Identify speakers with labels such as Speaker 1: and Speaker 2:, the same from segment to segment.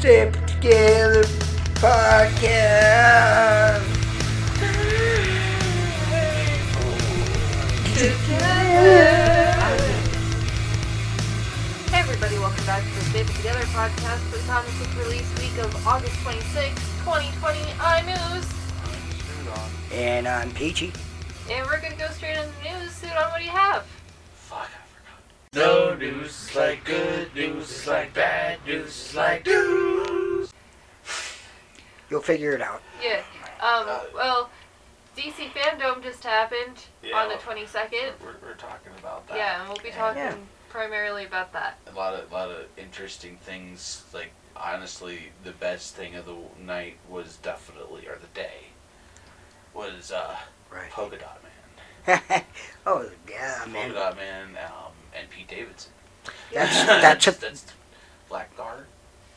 Speaker 1: Trip Together Podcast.
Speaker 2: Hey everybody, welcome back to the Save It Together podcast for the comic book release week of August 26, 2020. I'm Ooze,
Speaker 1: And I'm Peachy.
Speaker 2: and we're gonna go straight into the news. Sudon, what do you have?
Speaker 3: No news is like good news, it's like bad news, it's like news.
Speaker 1: You'll figure it out.
Speaker 2: Yeah,
Speaker 3: Uh,
Speaker 2: um, well, DC Fandom just happened on the 22nd.
Speaker 3: We're, we're talking about that.
Speaker 2: Yeah, and we'll be talking
Speaker 1: Yeah.
Speaker 2: primarily about that.
Speaker 3: A lot of lot of interesting things. Like honestly, the best thing of the night was definitely or the day was uh,
Speaker 1: Right.
Speaker 3: Polka Dot Man.
Speaker 1: oh, yeah,
Speaker 3: Polka
Speaker 1: man.
Speaker 3: Dot Man um, and Pete Davidson.
Speaker 1: That's, that's a
Speaker 3: that's Blackguard.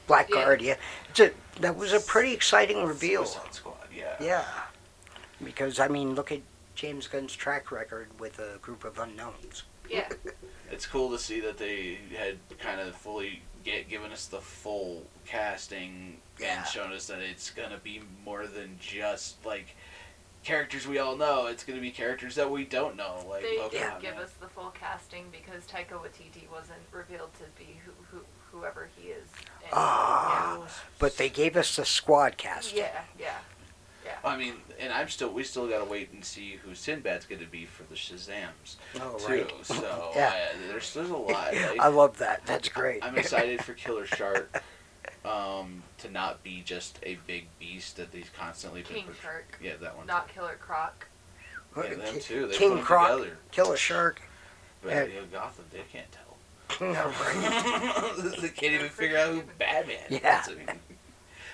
Speaker 1: black
Speaker 2: Yeah.
Speaker 1: card, yeah. It's a- that was a pretty exciting reveal.
Speaker 3: Suicide Squad. Yeah.
Speaker 1: Yeah. Because, I mean, look at James Gunn's track record with a group of unknowns.
Speaker 2: Yeah,
Speaker 3: It's cool to see that they had kind of fully get given us the full casting
Speaker 1: Yeah.
Speaker 3: and shown us that it's gonna be more than just like characters we all know. It's gonna be characters that we don't know, like
Speaker 2: they did
Speaker 3: Pokemon.
Speaker 2: give us the full casting because Taika Waititi wasn't revealed to be who, who whoever he is. And,
Speaker 1: Ah. But they gave us the squad cast.
Speaker 2: yeah, yeah,
Speaker 3: I mean, and I'm still we still gotta wait and see who Sinbad's gonna be for the Shazams
Speaker 1: Oh,
Speaker 3: too.
Speaker 1: right.
Speaker 3: So
Speaker 1: Yeah.
Speaker 3: uh, there's there's a lot. Like,
Speaker 1: I love that. That's great.
Speaker 3: I'm excited for Killer Shark. Um, to not be just a big beast that they've constantly been
Speaker 2: King
Speaker 3: portray-
Speaker 2: Shark,
Speaker 3: Yeah, that one.
Speaker 2: not Killer Croc.
Speaker 3: too. Yeah, them too. They put
Speaker 1: King
Speaker 3: 'em
Speaker 1: Croc,
Speaker 3: together.
Speaker 1: Killer Shark.
Speaker 3: But
Speaker 1: Yeah.
Speaker 3: you know, Gotham, they can't tell.
Speaker 1: No, right.
Speaker 3: they can't even figure out who Batman
Speaker 1: Yeah.
Speaker 3: is. I mean,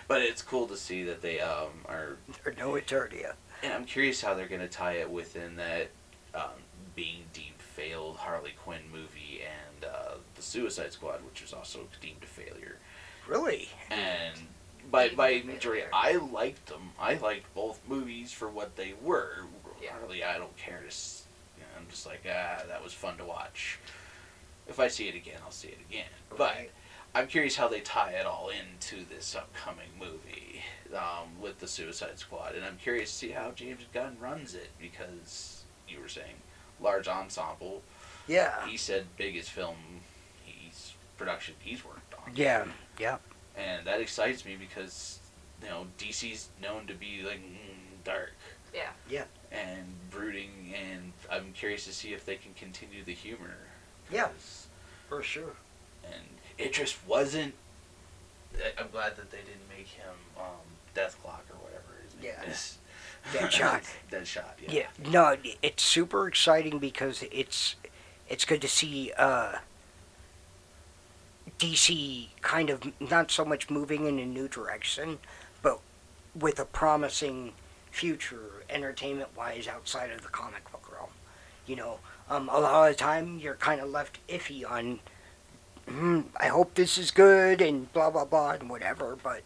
Speaker 3: but it's cool to see that they um, are.
Speaker 1: Or no Eternia.
Speaker 3: And I'm curious how they're going to tie it within that um, being deemed failed Harley Quinn movie and uh, the Suicide Squad, which was also deemed a failure.
Speaker 1: Really?
Speaker 3: and by
Speaker 2: They
Speaker 3: by
Speaker 2: didn't do it
Speaker 3: majority,
Speaker 2: there.
Speaker 3: I liked them. I liked both movies for what they were.
Speaker 2: Yeah.
Speaker 3: Really, I don't care to. s- You know, I'm just like ah, that was fun to watch. If I see it again, I'll see it again.
Speaker 1: Right.
Speaker 3: But I'm curious how they tie it all into this upcoming movie um, with the Suicide Squad, and I'm curious to see how James Gunn runs it because you were saying large ensemble.
Speaker 1: Yeah.
Speaker 3: He said biggest film he's production he's worked on
Speaker 1: Yeah.
Speaker 3: and that excites me because you know DC's known to be like mm, dark.
Speaker 2: Yeah.
Speaker 1: Yeah.
Speaker 3: And brooding, and I'm curious to see if they can continue the humor.
Speaker 1: Yeah.
Speaker 3: 'Cause-
Speaker 1: For sure.
Speaker 3: And it just wasn't. I- I'm glad that they didn't make him um, Death Clock or whatever his name
Speaker 1: Yeah.
Speaker 3: is.
Speaker 1: Deadshot.
Speaker 3: Deadshot. Yeah.
Speaker 1: Yeah. No, it's super exciting because it's it's good to see uh, DC kind of not so much moving in a new direction, but with a promising future entertainment wise outside of the comic book realm. You know, um, a lot of the time you're kind of left iffy on. "Hmm, I hope this is good and blah blah blah and whatever, but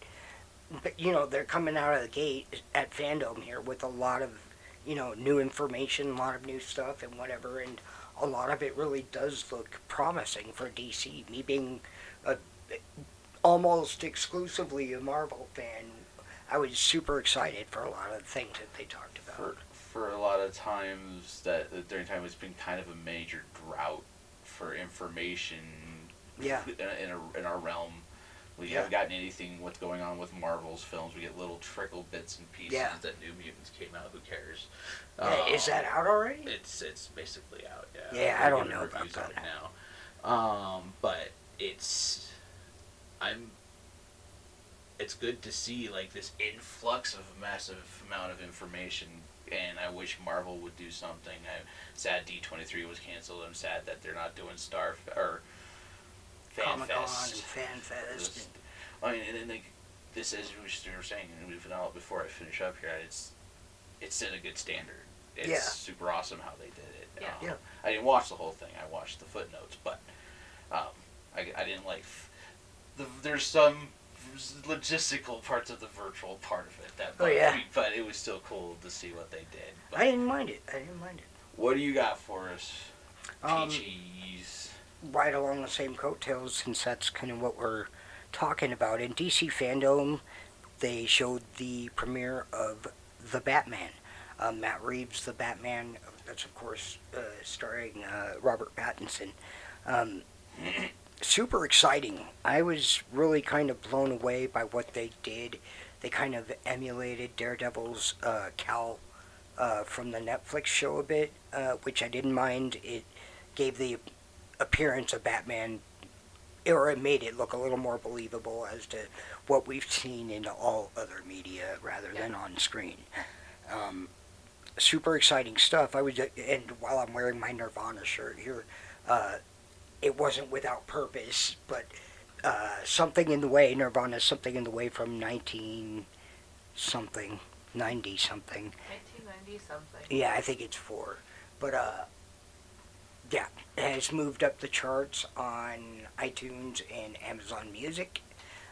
Speaker 1: but you know they're coming out of the gate at fandom here with a lot of you know, new information, a lot of new stuff and whatever, and a lot of it really does look promising for DC. Me being a, almost exclusively a Marvel fan, I was super excited for a lot of the things that they talked about.
Speaker 3: For for a lot of times that that during time it's been kind of a major drought for information
Speaker 1: yeah,
Speaker 3: in, a- in, a, in our realm. We
Speaker 1: Yeah.
Speaker 3: haven't gotten anything what's going on with Marvel's films. We get little trickle bits and pieces
Speaker 1: Yeah.
Speaker 3: that New Mutants came out. Who cares?
Speaker 1: Yeah,
Speaker 3: Um,
Speaker 1: is that out already?
Speaker 3: It's it's basically out. Yeah.
Speaker 1: Yeah, I
Speaker 3: We're
Speaker 1: don't
Speaker 3: getting
Speaker 1: know about
Speaker 3: reviews on
Speaker 1: that.
Speaker 3: it now. Um, but it's I'm. It's good to see like this influx of a massive amount of information, and I wish Marvel would do something. I'm sad D twenty three was canceled. I'm sad that they're not doing Star or Fan
Speaker 1: Comic Con and
Speaker 3: Fest.
Speaker 1: Fan Fest.
Speaker 3: I mean, and then like this is we were saying, and we've been out before I finish up here. It's it's set a good standard. It's
Speaker 1: Yeah.
Speaker 3: super awesome how they did it.
Speaker 2: Yeah.
Speaker 3: Um,
Speaker 1: Yeah.
Speaker 3: I didn't watch the whole thing. I watched the footnotes, but um, I, I didn't like. f- The, there's some logistical parts of the virtual part of it that
Speaker 1: Oh,
Speaker 3: bugged
Speaker 1: yeah.
Speaker 3: me, but it was still cool to see what they did. But
Speaker 1: I didn't mind it. I didn't mind it.
Speaker 3: what do you got for us,
Speaker 1: Um,
Speaker 3: Peachies?
Speaker 1: right along the same coattails since that's kind of what we're talking about in DC fandom, they showed the premiere of the Batman. Uh, Matt Reeves, the Batman. That's of course uh, starring uh, Robert Pattinson. Um, super exciting. I was really kind of blown away by what they did. They kind of emulated Daredevil's uh, Cal uh, from the Netflix show a bit, uh, which I didn't mind. It gave the appearance of Batman, or it made it look a little more believable as to what we've seen in all other media rather than on screen. Um, super exciting stuff. I was, and while I'm wearing my Nirvana shirt here, uh, it wasn't without purpose, but uh, something in the way, Nirvana, something in the way from 19 something, 90 something.
Speaker 2: 1990 something.
Speaker 1: Yeah, I think it's four. But uh, yeah, it has moved up the charts on iTunes and Amazon Music,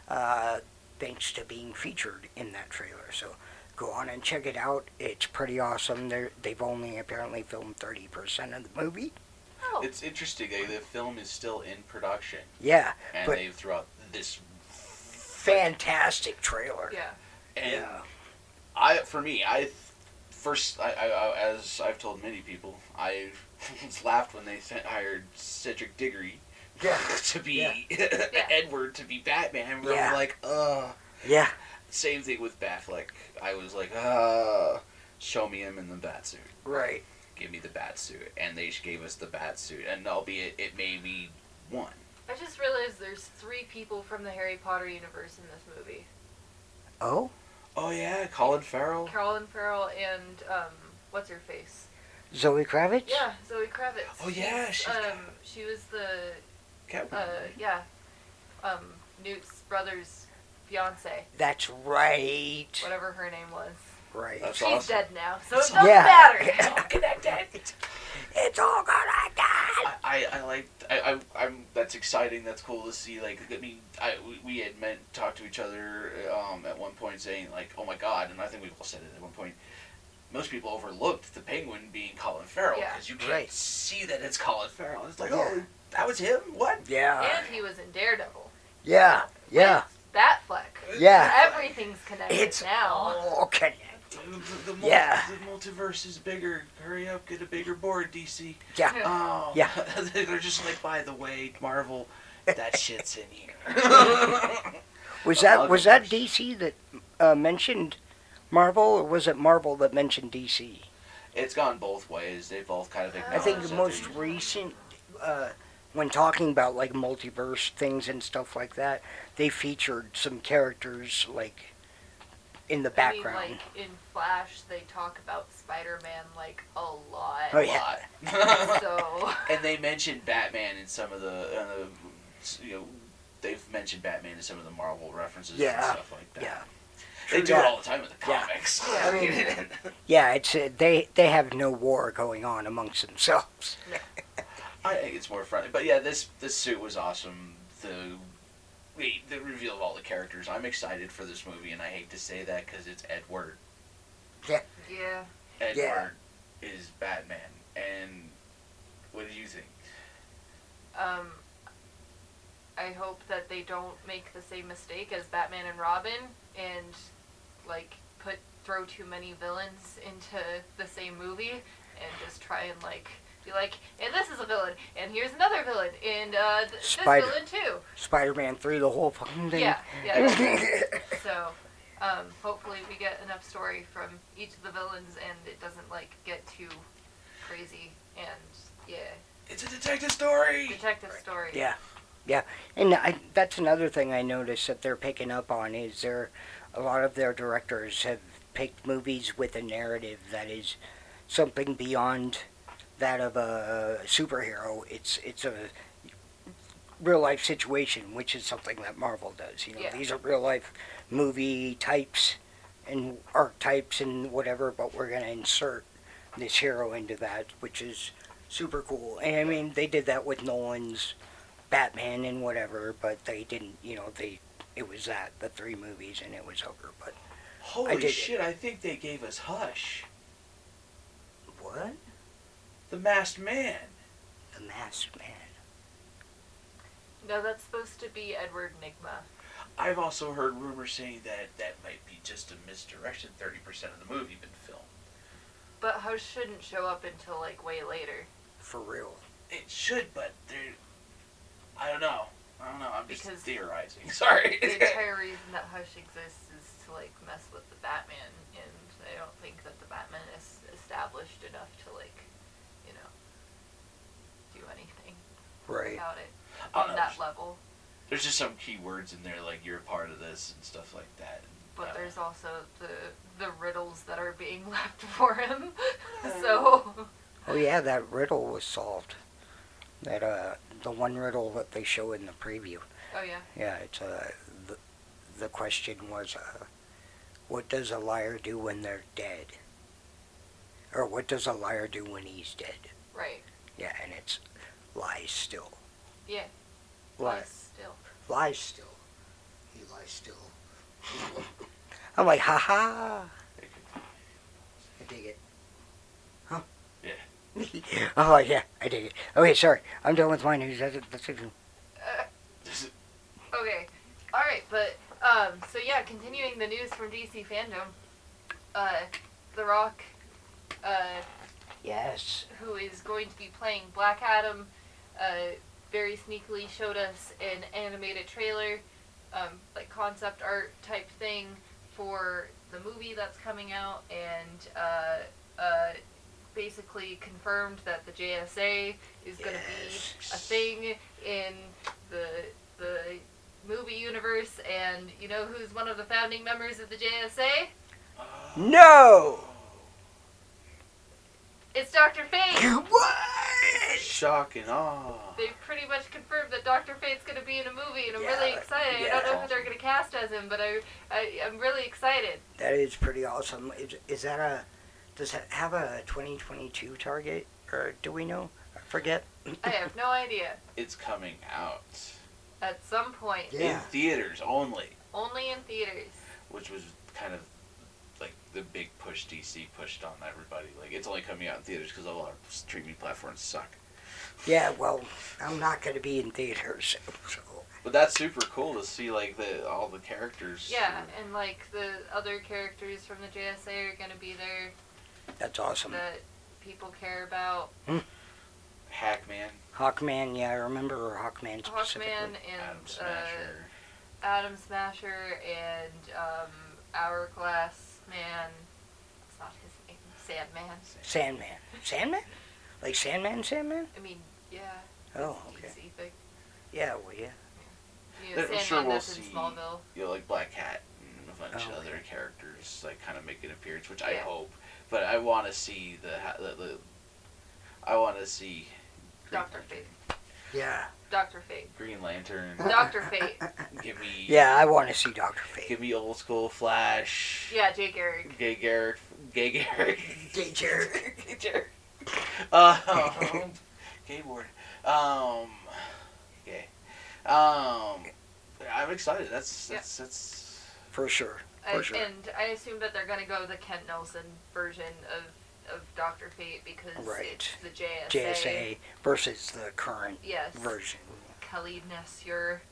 Speaker 1: uh, thanks to being featured in that trailer. So go on and check it out. It's pretty awesome. They're, they've only apparently filmed 30% of the movie.
Speaker 2: Oh,
Speaker 3: It's interesting. eh, The film is still in production,
Speaker 1: Yeah,
Speaker 3: and
Speaker 1: But-
Speaker 3: they've throughout this.
Speaker 1: fantastic trailer.
Speaker 2: yeah.
Speaker 3: And
Speaker 1: yeah.
Speaker 3: I, for me, I th- first, I, I, I, as I've told many people, I laughed when they sent, hired Cedric Diggory
Speaker 1: Yeah.
Speaker 3: to be
Speaker 1: Yeah.
Speaker 3: Edward to be Batman. And we
Speaker 1: Yeah.
Speaker 3: were like, uh.
Speaker 1: Yeah,
Speaker 3: Same thing with Batfleck. I was like, uh, show me him in the Batsuit.
Speaker 1: right.
Speaker 3: Give me the Batsuit, and they just gave us the Batsuit, and albeit it may be one.
Speaker 2: I just realized there's three people from the Harry Potter universe in this movie.
Speaker 1: Oh,
Speaker 3: Oh yeah, Colin Farrell.
Speaker 2: Carolyn Farrell and um, what's her face?
Speaker 1: Zoe Kravitz?
Speaker 2: Yeah, Zoe Kravitz.
Speaker 3: Oh, yeah,
Speaker 2: She's,
Speaker 3: she's
Speaker 2: um,
Speaker 3: Kravitz.
Speaker 2: she was the
Speaker 3: Catwoman.
Speaker 2: uh,
Speaker 3: right?
Speaker 2: yeah, um, Newt's brother's fiance,
Speaker 1: That's right.
Speaker 2: whatever her name was.
Speaker 1: Right.
Speaker 3: That's
Speaker 2: She's
Speaker 3: awesome.
Speaker 2: dead now, so it doesn't
Speaker 1: Yeah.
Speaker 2: matter. connected.
Speaker 1: It's all gonna die.
Speaker 3: I, I, I like I, I I'm that's exciting that's cool to see like I mean I we- we had meant talked to each other um, at one point saying like oh my god and I think we've all said it at one point most people overlooked the penguin being Colin Farrell
Speaker 2: Yeah.
Speaker 3: because you can't
Speaker 1: Right.
Speaker 3: see that it's Colin Farrell it's like
Speaker 1: Yeah.
Speaker 3: oh that was him what
Speaker 1: Yeah.
Speaker 2: And he was in Daredevil.
Speaker 1: Yeah. Yeah.
Speaker 2: Batfleck.
Speaker 1: Yeah.
Speaker 2: Everything's connected
Speaker 1: It's
Speaker 2: now.
Speaker 1: all connected.
Speaker 3: the, the, the, mul-
Speaker 1: Yeah.
Speaker 3: the multiverse is bigger hurry up get a bigger board DC
Speaker 1: Yeah.
Speaker 3: oh
Speaker 1: Yeah.
Speaker 3: they're just like by the way Marvel that shit's in here
Speaker 1: Was that was that
Speaker 3: Multiverse.
Speaker 1: DC that uh, mentioned Marvel, or was it Marvel that mentioned DC?
Speaker 3: It's gone both ways. They both kind of
Speaker 1: I
Speaker 3: acknowledged.
Speaker 1: think the
Speaker 3: that
Speaker 1: most
Speaker 3: they-
Speaker 1: recent, uh, when talking about like multiverse things and stuff like that, they featured some characters like in the background.
Speaker 2: I mean, like in Flash, they talk about Spider-Man like a lot.
Speaker 1: Oh, yeah.
Speaker 3: lot.
Speaker 2: So
Speaker 3: and they mentioned Batman in some of the, uh, the, you know, they've mentioned Batman in some of the Marvel references and
Speaker 1: Yeah.
Speaker 3: stuff like that.
Speaker 1: Yeah.
Speaker 3: They
Speaker 1: True
Speaker 3: do
Speaker 1: that.
Speaker 3: it all the time with the
Speaker 1: Yeah.
Speaker 3: comics.
Speaker 2: Yeah.
Speaker 3: I mean,
Speaker 1: Yeah, it's uh, they they have no war going on amongst themselves.
Speaker 3: I think it's more friendly. But yeah, this this suit was awesome. The the the reveal of all the characters. I'm excited for this movie, and I hate to say that because it's Edward.
Speaker 2: yeah,
Speaker 3: Edward
Speaker 1: Yeah.
Speaker 3: is Batman, and what do you think?
Speaker 2: um, I hope that they don't make the same mistake as Batman and Robin and like put throw too many villains into the same movie and just try and like be like, and this is a villain, and here's another villain, and uh, th- this
Speaker 1: Spider-
Speaker 2: villain too.
Speaker 1: Spider-Man through the whole fucking thing.
Speaker 2: Yeah, yeah. So, um, hopefully we get enough story from each of the villains and it doesn't like get too crazy and yeah,
Speaker 3: It's a detective story.
Speaker 2: detective story.
Speaker 1: Yeah. Yeah, and I, that's another thing I noticed that they're picking up on is there, a lot of their directors have picked movies with a narrative that is something beyond that of a superhero. It's it's a real life situation, which is something that Marvel does. You know,
Speaker 2: Yeah.
Speaker 1: these are real life movie types and archetypes and whatever, but we're gonna insert this hero into that, which is super cool. And I mean, they did that with Nolan's Batman and whatever, but they didn't. You know, they it was that the three movies and it was over. But I
Speaker 3: Holy
Speaker 1: dig it.
Speaker 3: shit, I think they gave us Hush,
Speaker 1: what?
Speaker 3: the masked man.
Speaker 1: The Masked Man.
Speaker 2: No, that's supposed to be Edward Nigma.
Speaker 3: I've also heard rumors saying that that might be just a misdirection. Thirty percent of the movie been filmed.
Speaker 2: But House shouldn't show up until like way later
Speaker 1: for real.
Speaker 3: It should, but there. I don't know. I don't know. I'm just
Speaker 2: Because-
Speaker 3: theorizing. Sorry.
Speaker 2: the entire reason that Hush exists is to like mess with the Batman, and I don't think that the Batman is established enough to like, you know, do anything
Speaker 1: Right.
Speaker 2: about it
Speaker 3: I don't
Speaker 2: on
Speaker 3: know.
Speaker 2: that level.
Speaker 3: There's just some key words in there like you're a part of this and stuff like that.
Speaker 2: But
Speaker 3: Yeah.
Speaker 2: there's also the the riddles that are being left for him. so
Speaker 1: Oh yeah, that riddle was solved. That uh, the one riddle that they show in the preview.
Speaker 2: oh yeah,
Speaker 1: Yeah, it's uh, the the question was, uh, what does a liar do when they're dead? Or what does a liar do when he's dead?
Speaker 2: right.
Speaker 1: Yeah, and it's lies still.
Speaker 2: Yeah.
Speaker 1: Lies,
Speaker 2: Lies still.
Speaker 1: lies still. He lies still. I'm like, ha ha. I dig it. Huh? Yeah. oh yeah, I dig it. Okay, sorry, I'm done with mine. Who's that's it? That's it.
Speaker 2: Okay. All right, but um, so yeah, continuing the news from DC fandom, uh, The Rock, uh,
Speaker 1: Yes.
Speaker 2: who is going to be playing Black Adam, uh, very sneakily showed us an animated trailer, um, like concept art type thing for the movie that's coming out, and uh, uh, basically confirmed that the JSA is going to
Speaker 1: Yes.
Speaker 2: be a thing in the the movie universe. And you know who's one of the founding members of the JSA?
Speaker 3: ah,
Speaker 1: No.
Speaker 2: It's Doctor Fate.
Speaker 1: What?
Speaker 3: Shock and awe.
Speaker 2: They pretty much confirmed that Doctor Fate's gonna be in a movie, and I'm
Speaker 1: Yeah,
Speaker 2: really excited. I don't know
Speaker 3: yeah.
Speaker 2: who they're gonna cast as him, but I, I I'm really excited.
Speaker 1: That is pretty awesome. Is, is that a does that have a 2022 target or do we know? I forget.
Speaker 2: I have no idea.
Speaker 3: It's coming out
Speaker 2: At some point,
Speaker 1: Yeah.
Speaker 3: in theaters only,
Speaker 2: only in theaters.
Speaker 3: which was kind of like the big push DC pushed on everybody. Like it's only coming out in theaters because all our streaming platforms suck.
Speaker 1: Yeah. Well, I'm not going to be in theaters, so
Speaker 3: But that's super cool to see like the all the characters.
Speaker 2: Yeah, and like the other characters from the JSA are gonna be there
Speaker 1: that's awesome.
Speaker 2: that people care about.
Speaker 3: Hackman,
Speaker 1: Hawkman. Yeah, I remember Hawkman specifically.
Speaker 2: Hawkman
Speaker 3: Adam
Speaker 2: and uh,
Speaker 3: Smasher.
Speaker 2: Adam Smasher and um, Hourglass Man. That's not his name. Sandman.
Speaker 1: Sandman. Sandman. Like Sandman. Sandman.
Speaker 2: I mean, yeah.
Speaker 1: Oh,
Speaker 2: it's
Speaker 1: okay.
Speaker 2: DC thing.
Speaker 1: Yeah. Well, yeah.
Speaker 2: You
Speaker 3: That-
Speaker 2: know,
Speaker 3: I'm
Speaker 2: Sandman
Speaker 3: sure we'll
Speaker 2: that's in
Speaker 3: see-
Speaker 2: Smallville.
Speaker 3: you know, like Black Cat and a bunch
Speaker 1: Oh,
Speaker 3: of
Speaker 1: yeah.
Speaker 3: other characters like kind of make an appearance, which I
Speaker 2: Yeah.
Speaker 3: hope. But I want to see the, ha- the, the I want to see Green
Speaker 2: Doctor
Speaker 3: Lantern.
Speaker 2: Fate.
Speaker 1: Yeah.
Speaker 2: Doctor Fate.
Speaker 3: Green Lantern.
Speaker 2: Doctor Fate.
Speaker 3: give me
Speaker 1: Yeah. I want to see Doctor Fate.
Speaker 3: Give me old school Flash.
Speaker 2: Yeah, Jay Garrick.
Speaker 3: Gay Garrick. Gay Garrick.
Speaker 1: Gay Garrick.
Speaker 3: Gay Garrick. Um, gay board. Um, gay. Um, I'm excited. That's
Speaker 2: Yeah.
Speaker 3: that's that's.
Speaker 1: For sure.
Speaker 2: I,
Speaker 1: For sure.
Speaker 2: And I assume that they're gonna go the Kent Nelson version of of Doctor Fate because
Speaker 1: Right.
Speaker 2: it's the JSA.
Speaker 1: JSA versus the current
Speaker 2: Yes.
Speaker 1: version.
Speaker 2: Khalid Nasir.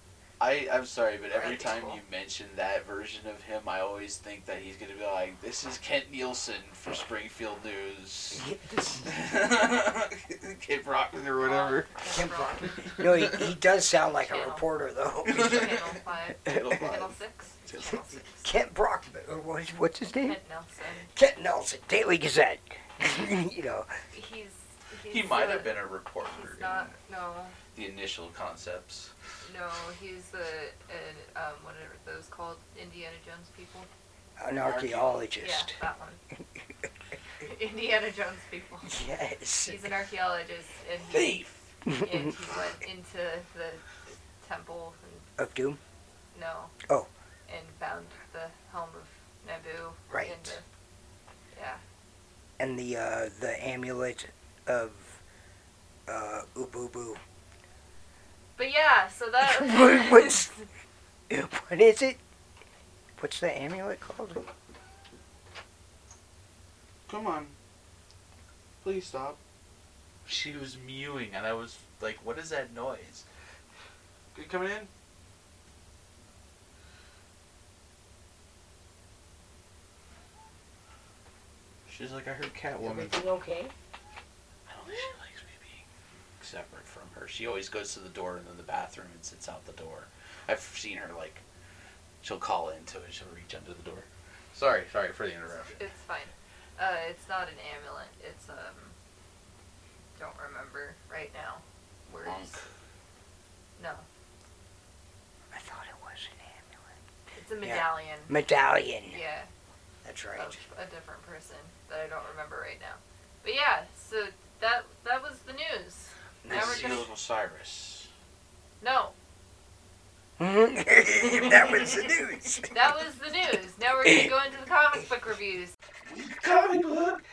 Speaker 3: I, I'm sorry, but every
Speaker 2: Alright,
Speaker 3: time
Speaker 2: cool.
Speaker 3: you mention that version of him, I always think that he's gonna be like, "This is Kent Nielsen for Springfield News." Kid Rock
Speaker 2: uh,
Speaker 3: or whatever.
Speaker 2: on
Speaker 1: Kent
Speaker 2: Rock
Speaker 1: Rock. No, he, he does sound like
Speaker 2: Channel.
Speaker 1: a reporter though.
Speaker 2: Channel five.
Speaker 3: It'll
Speaker 2: Channel
Speaker 3: fly.
Speaker 2: six.
Speaker 3: Channel
Speaker 2: Channel six.
Speaker 1: Kent Brock, or what is- what's his name?
Speaker 2: Kent Nelson.
Speaker 1: Kent Nelson, Daily Gazette. you know,
Speaker 2: He's. he's
Speaker 3: He might
Speaker 2: uh,
Speaker 3: have been a reporter.
Speaker 2: He's
Speaker 3: in
Speaker 2: not. No.
Speaker 3: The initial concepts.
Speaker 2: No. He's the. Uh, um. What are those called? Indiana Jones people.
Speaker 1: an archaeologist.
Speaker 2: Yeah, that one. Indiana Jones people.
Speaker 1: Yes.
Speaker 2: He's an archaeologist and he,
Speaker 3: Thief.
Speaker 2: and he went into the temple and
Speaker 1: Of Doom?
Speaker 2: no.
Speaker 1: Oh.
Speaker 2: And found the helm of Naboo.
Speaker 1: Right.
Speaker 2: And the, yeah.
Speaker 1: And the uh, the amulet of uh, Ububu.
Speaker 2: But yeah, so that
Speaker 1: what, what's, what is it? What's the amulet called?
Speaker 3: Come on. Please stop. She was mewing, and I was like, what is that noise? You coming in? She's like, I heard Catwoman.
Speaker 1: Everything okay?
Speaker 3: I don't think she likes me being separate from her. She always goes to the door and then the bathroom and sits out the door. I've seen her like, she'll call into it. She'll reach under the door. Sorry, sorry for the interruption.
Speaker 2: It's fine. Uh, it's not an amulet. It's um. Don't remember right now. Words.
Speaker 3: Monk.
Speaker 2: No,
Speaker 1: I thought it was an amulet.
Speaker 2: it's a medallion.
Speaker 1: Medallion.
Speaker 2: Yeah,
Speaker 1: That's right.
Speaker 2: of a different person that I don't remember right now. But yeah, so that that was the news.
Speaker 3: The
Speaker 2: Now we're
Speaker 3: Seal
Speaker 2: gonna-
Speaker 3: of Osiris.
Speaker 2: No,
Speaker 1: Mhm. that was the news.
Speaker 2: that was the news. Now we're gonna go into the comic book reviews.
Speaker 3: Comic book.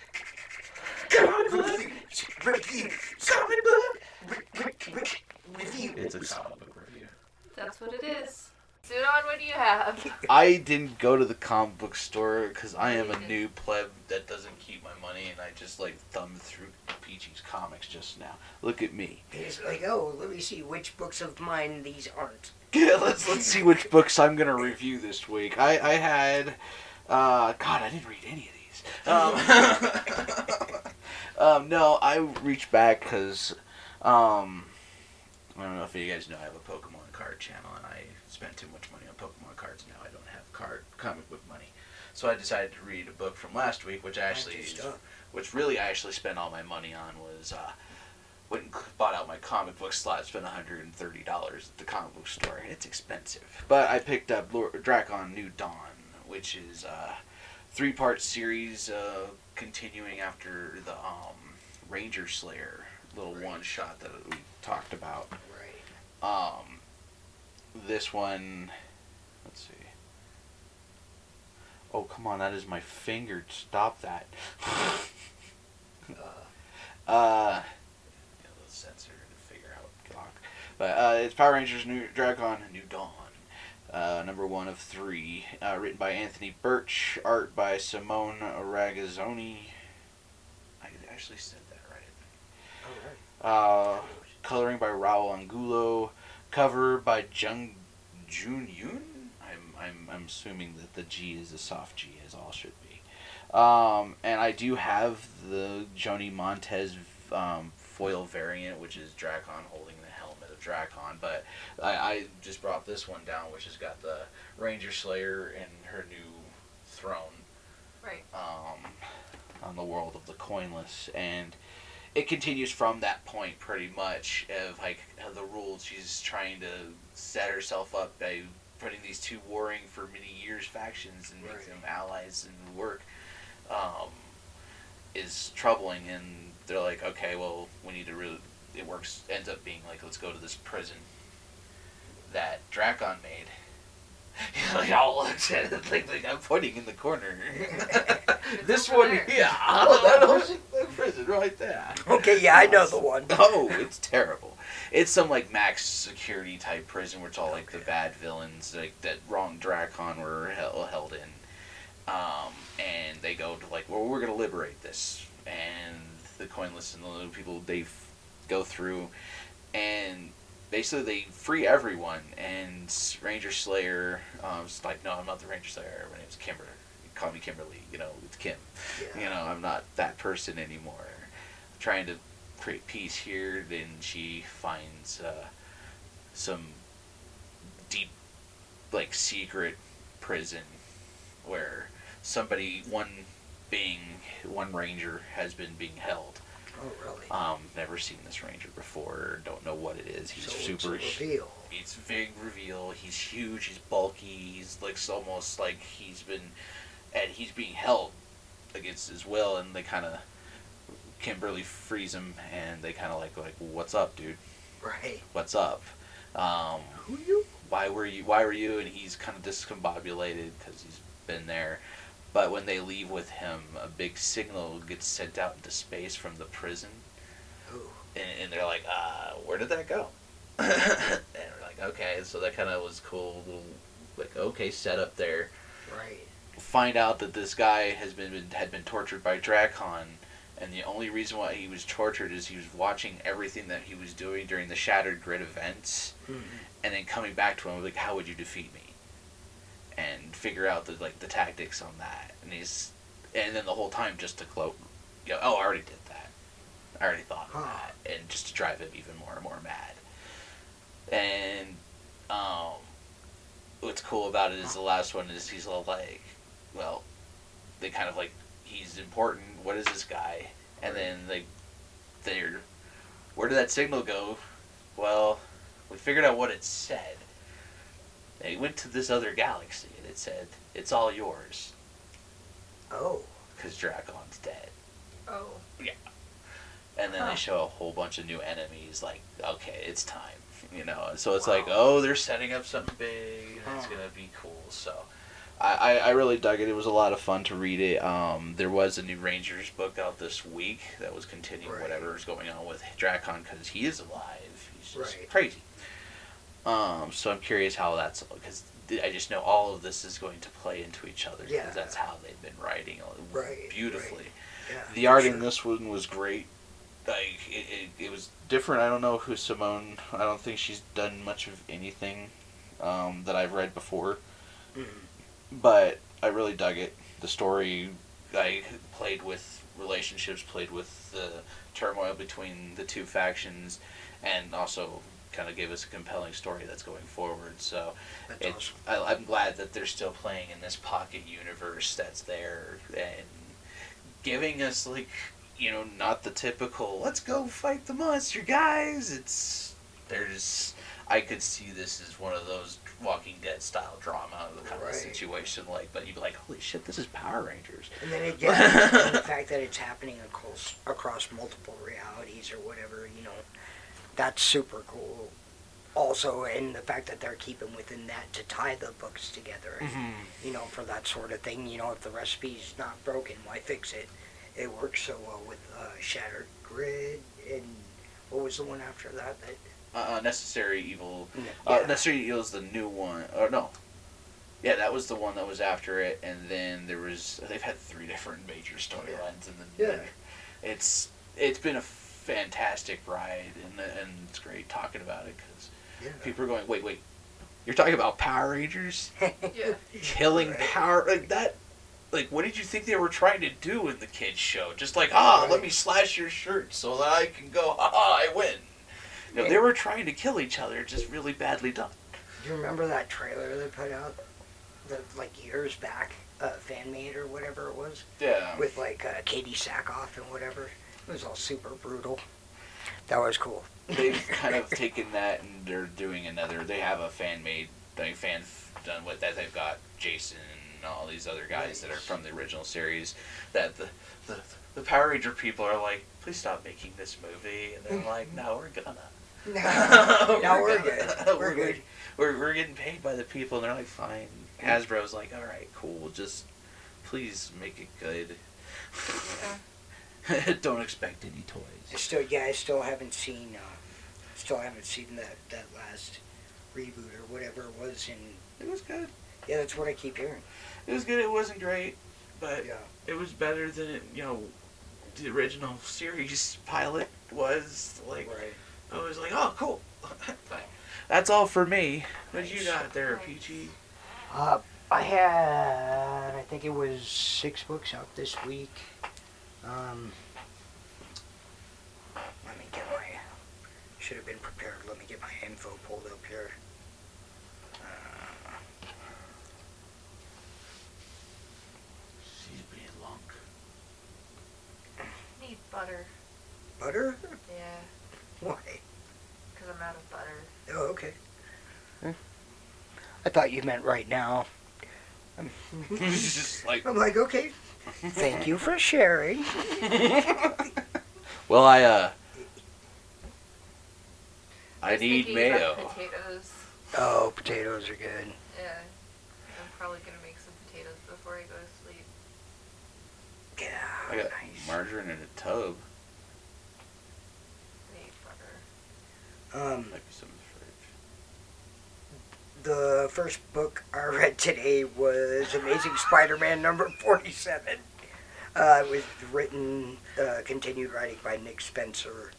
Speaker 3: Comic
Speaker 1: Reviews. Reviews.
Speaker 3: Comic book.
Speaker 1: Re- re- re-
Speaker 3: It's a
Speaker 1: Reviews.
Speaker 3: comic book review.
Speaker 2: That's what it is. Sudon, what do you have?
Speaker 3: I didn't go to the comic book store because I am a new pleb that doesn't keep my money, and I just like thumbed through PG's comics just now. Look at me.
Speaker 1: He's like, oh, let me see which books of mine these aren't.
Speaker 3: Yeah, let's let's see which books I'm gonna review this week. I I had, uh, God, I didn't read any of these. Um, um, no, I reached back because, um, I don't know if you guys know, I have a Pokemon card channel, and I spent too much money on Pokemon cards. Now I don't have card comic book money, so I decided to read a book from last week, which actually
Speaker 1: Bunch of
Speaker 3: is
Speaker 1: stuff.
Speaker 3: which really I actually spent all my money on was uh, went and bought out my comic book slot. Spent one hundred and thirty dollars at the comic book store, and it's expensive. But I picked up Lor- Dracon New Dawn, which is a three part series uh, continuing after the um, Ranger Slayer little one shot that we talked about.
Speaker 1: Right.
Speaker 3: Um, this one, let's see. Oh come on, that is my finger. Stop that. uh, yeah, let's censor to figure out block. But uh, it's Power Rangers New Dragon New Dawn, uh, number one of three, uh, written by Anthony Birch, art by Simone Ragazzoni. I actually said that right. Uh, coloring by Raul Angulo, cover by Jung Jun Yoon. I'm, I'm, I'm assuming that the G is a soft G, as all should be. Um, and I do have the Joni Montez um, foil variant, which is Dracon holding the helmet of Dracon. But I, I just brought this one down, which has got the Ranger Slayer and her new throne
Speaker 2: Right.
Speaker 3: um, on the world of the coinless, and it continues from that point pretty much of like how the rules she's trying to set herself up by putting these two warring for many years factions and make
Speaker 1: Right.
Speaker 3: them allies and work um, is troubling, and they're like, okay, well, we need to really. It works ends up being like, let's go to this prison that Dracon made. He's like, all looks at it like, like I'm pointing in the corner. this
Speaker 2: over
Speaker 3: one,
Speaker 2: there.
Speaker 3: yeah, that ocean that prison right there.
Speaker 1: Okay, yeah, I know the one.
Speaker 3: No, it's terrible. It's some like max security type prison where it's all like the bad villains like that wrong Dracon were hel- held in, um, and they go to like, well, we're gonna liberate this, and the coinless and the little people they f- go through, and basically they free everyone, and Ranger Slayer, um, it's like, no, I'm not the Ranger Slayer. My name's Kimber. You call me Kimberly. You know, it's Kim you know, I'm not that person anymore. trying to create peace here, then she finds uh, some deep, like, secret prison where somebody, one being, one ranger has been being held.
Speaker 1: Oh, really?
Speaker 3: Um, never seen this ranger before, don't know what it is. He's
Speaker 1: so
Speaker 3: super.
Speaker 1: It's a reveal.
Speaker 3: It's big reveal. He's huge. He's bulky. He's looks almost like he's been, and he's being held against his will. And they kind of, Kimberly frees him, and they kind of like like, what's up, dude?
Speaker 1: Right.
Speaker 3: What's up? Um,
Speaker 1: Who you?
Speaker 3: why were you? Why were you? And he's kind of discombobulated because he's been there. But when they leave with him, a big signal gets sent out into space from the prison
Speaker 1: Who?
Speaker 3: and, and they're like, uh, where did that go? and we're like, okay, so that kind of was cool. Little, like, okay, set up there.
Speaker 1: Right.
Speaker 3: Find out that this guy has been, been had been tortured by Dracon, and the only reason why he was tortured is he was watching everything that he was doing during the Shattered Grid events,
Speaker 1: Mm-hmm.
Speaker 3: and then coming back to him like, how would you defeat me? And figure out the like the tactics on that, and he's and then the whole time just to gloat, go, oh, I already did that. I already thought of
Speaker 1: Huh.
Speaker 3: that, and just to drive him even more and more mad. And um, what's cool about it is the last one is he's all like, well, they kind of like he's important. What is this guy? And then they, they're, where did that signal go? Well, we figured out what it said. They went to this other galaxy, and it said, "It's all yours."
Speaker 1: Oh.
Speaker 3: because Dragon's dead.
Speaker 2: Oh.
Speaker 3: And then
Speaker 2: Huh.
Speaker 3: they
Speaker 1: Oh.
Speaker 3: show a whole bunch of new enemies. Like, okay, it's time, you know. So it's like,
Speaker 1: Wow.
Speaker 3: oh, they're setting up something big, and it's
Speaker 1: Huh.
Speaker 3: gonna be cool. So, I, I I really dug it. It was a lot of fun to read it. Um, there was a new Rangers book out this week that was continuing
Speaker 1: Right.
Speaker 3: whatever's going on with Dracon because he is alive. He's just
Speaker 1: Right.
Speaker 3: crazy. Um, so I'm curious how that's because I just know all of this is going to play into each other
Speaker 1: Yeah.
Speaker 3: because that's how they've been writing uh,
Speaker 1: Right,
Speaker 3: beautifully.
Speaker 1: Yeah.
Speaker 3: The art in
Speaker 1: sure.
Speaker 3: this one was great. Like it, it, it was different. I don't know who Simone. I don't think she's done much of anything um, that I've read before,
Speaker 1: Mhm.
Speaker 3: but I really dug it. The story I played with relationships, played with the turmoil between the two factions, and also kind of gave us a compelling story that's going forward. So
Speaker 1: That's
Speaker 3: it,
Speaker 1: awesome.
Speaker 3: I, I'm glad that they're still playing in this pocket universe that's there and giving us like you know not the typical let's go fight the monster guys. It's there's I could see this as one of those Walking Dead style drama kind
Speaker 1: Right.
Speaker 3: of situation like that you'd be like holy shit this is Power Rangers.
Speaker 1: And then again, the fact that it's happening across, across multiple realities or whatever, you know, that's super cool. Also, and the fact that they're keeping within that to tie the books together, you know, for that sort of thing. You know, if the recipe's not broken, why fix it? It works so well with uh, Shattered Grid and what was the one after that? that
Speaker 3: Uh, necessary evil. Uh,
Speaker 1: yeah.
Speaker 3: necessary evil is the new one. Or no. Yeah, that was the one that was after it, and then there was they've had three different major storylines, and then
Speaker 1: Yeah.
Speaker 3: it's it's been a fantastic ride, and and it's great talking about it because
Speaker 1: yeah.
Speaker 3: people are going, wait, wait, you're talking about Power Rangers
Speaker 2: Yeah.
Speaker 3: killing
Speaker 1: Right.
Speaker 3: power like that. Like, what did you think they were trying to do in the kids show? Just like, ah, let
Speaker 1: Right.
Speaker 3: me slash your shirt so that I can go, ha ha, I win. No, they were trying to kill each other, just really badly done.
Speaker 1: Do you remember that trailer they put out, the, like years back, uh, fan made or whatever it was,
Speaker 3: Yeah.
Speaker 1: with like uh, Katie Sackhoff and whatever? It was all super brutal. That was cool.
Speaker 3: they've kind of taken that and they're doing another. They have a fan made, like fan f- done with that. They've got Jason and all these other guys that are from the original series. That the the, the Power Ranger people are like, please stop making this movie, and they're like, no, we're gonna.
Speaker 1: No, no, we're
Speaker 3: gonna.
Speaker 1: good. We're good.
Speaker 3: We're, we're getting paid by the people, and they're like, fine. Hasbro's like, all right, cool, just please make it good. Don't expect any
Speaker 1: I
Speaker 3: toys.
Speaker 1: still, yeah, I still haven't seen, uh, still haven't seen that that last reboot or whatever it was. And
Speaker 3: It was good.
Speaker 1: yeah, that's what I keep hearing.
Speaker 3: It was good. It wasn't great, but
Speaker 1: Yeah,
Speaker 3: it was better than it, you know the original series pilot was like
Speaker 1: right.
Speaker 3: i was like oh cool that's all for me what you
Speaker 1: Nice.
Speaker 3: got there
Speaker 2: Nice.
Speaker 3: peachy
Speaker 1: Uh, I had, I think it was six books out this week. Um, let me get my, should have been prepared. Let me get my info pulled up here. Uh,
Speaker 3: she's being long
Speaker 2: Need butter.
Speaker 1: butter?
Speaker 2: Yeah.
Speaker 1: Why?
Speaker 2: Because I'm out of butter.
Speaker 1: Oh, okay. I thought you meant right now.
Speaker 3: she's just like
Speaker 1: I'm like, okay. Thank you for sharing.
Speaker 3: well i uh i
Speaker 2: was
Speaker 3: need
Speaker 2: thinking about
Speaker 3: mayo
Speaker 2: Potatoes.
Speaker 1: Oh, potatoes are good.
Speaker 2: Yeah. I'm probably gonna make some potatoes before I go to sleep.
Speaker 1: Yeah,
Speaker 3: i got
Speaker 1: nice.
Speaker 3: margarine in a tub
Speaker 2: I need butter.
Speaker 1: Um,
Speaker 3: might be some in the fridge
Speaker 1: The first book I read today was Amazing Spider-Man number 47. Uh, it was written, uh, continued writing by Nick Spencer,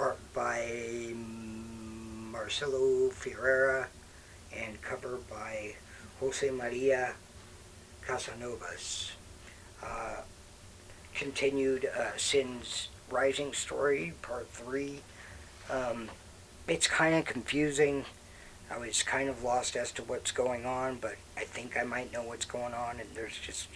Speaker 1: art by Marcelo Ferreira, and cover by Jose Maria Casanovas. Uh, continued uh, Sin's Rising story, part three. Um, it's kind of confusing. I was kind of lost as to what's going on, but I think I might know what's going on, and there's just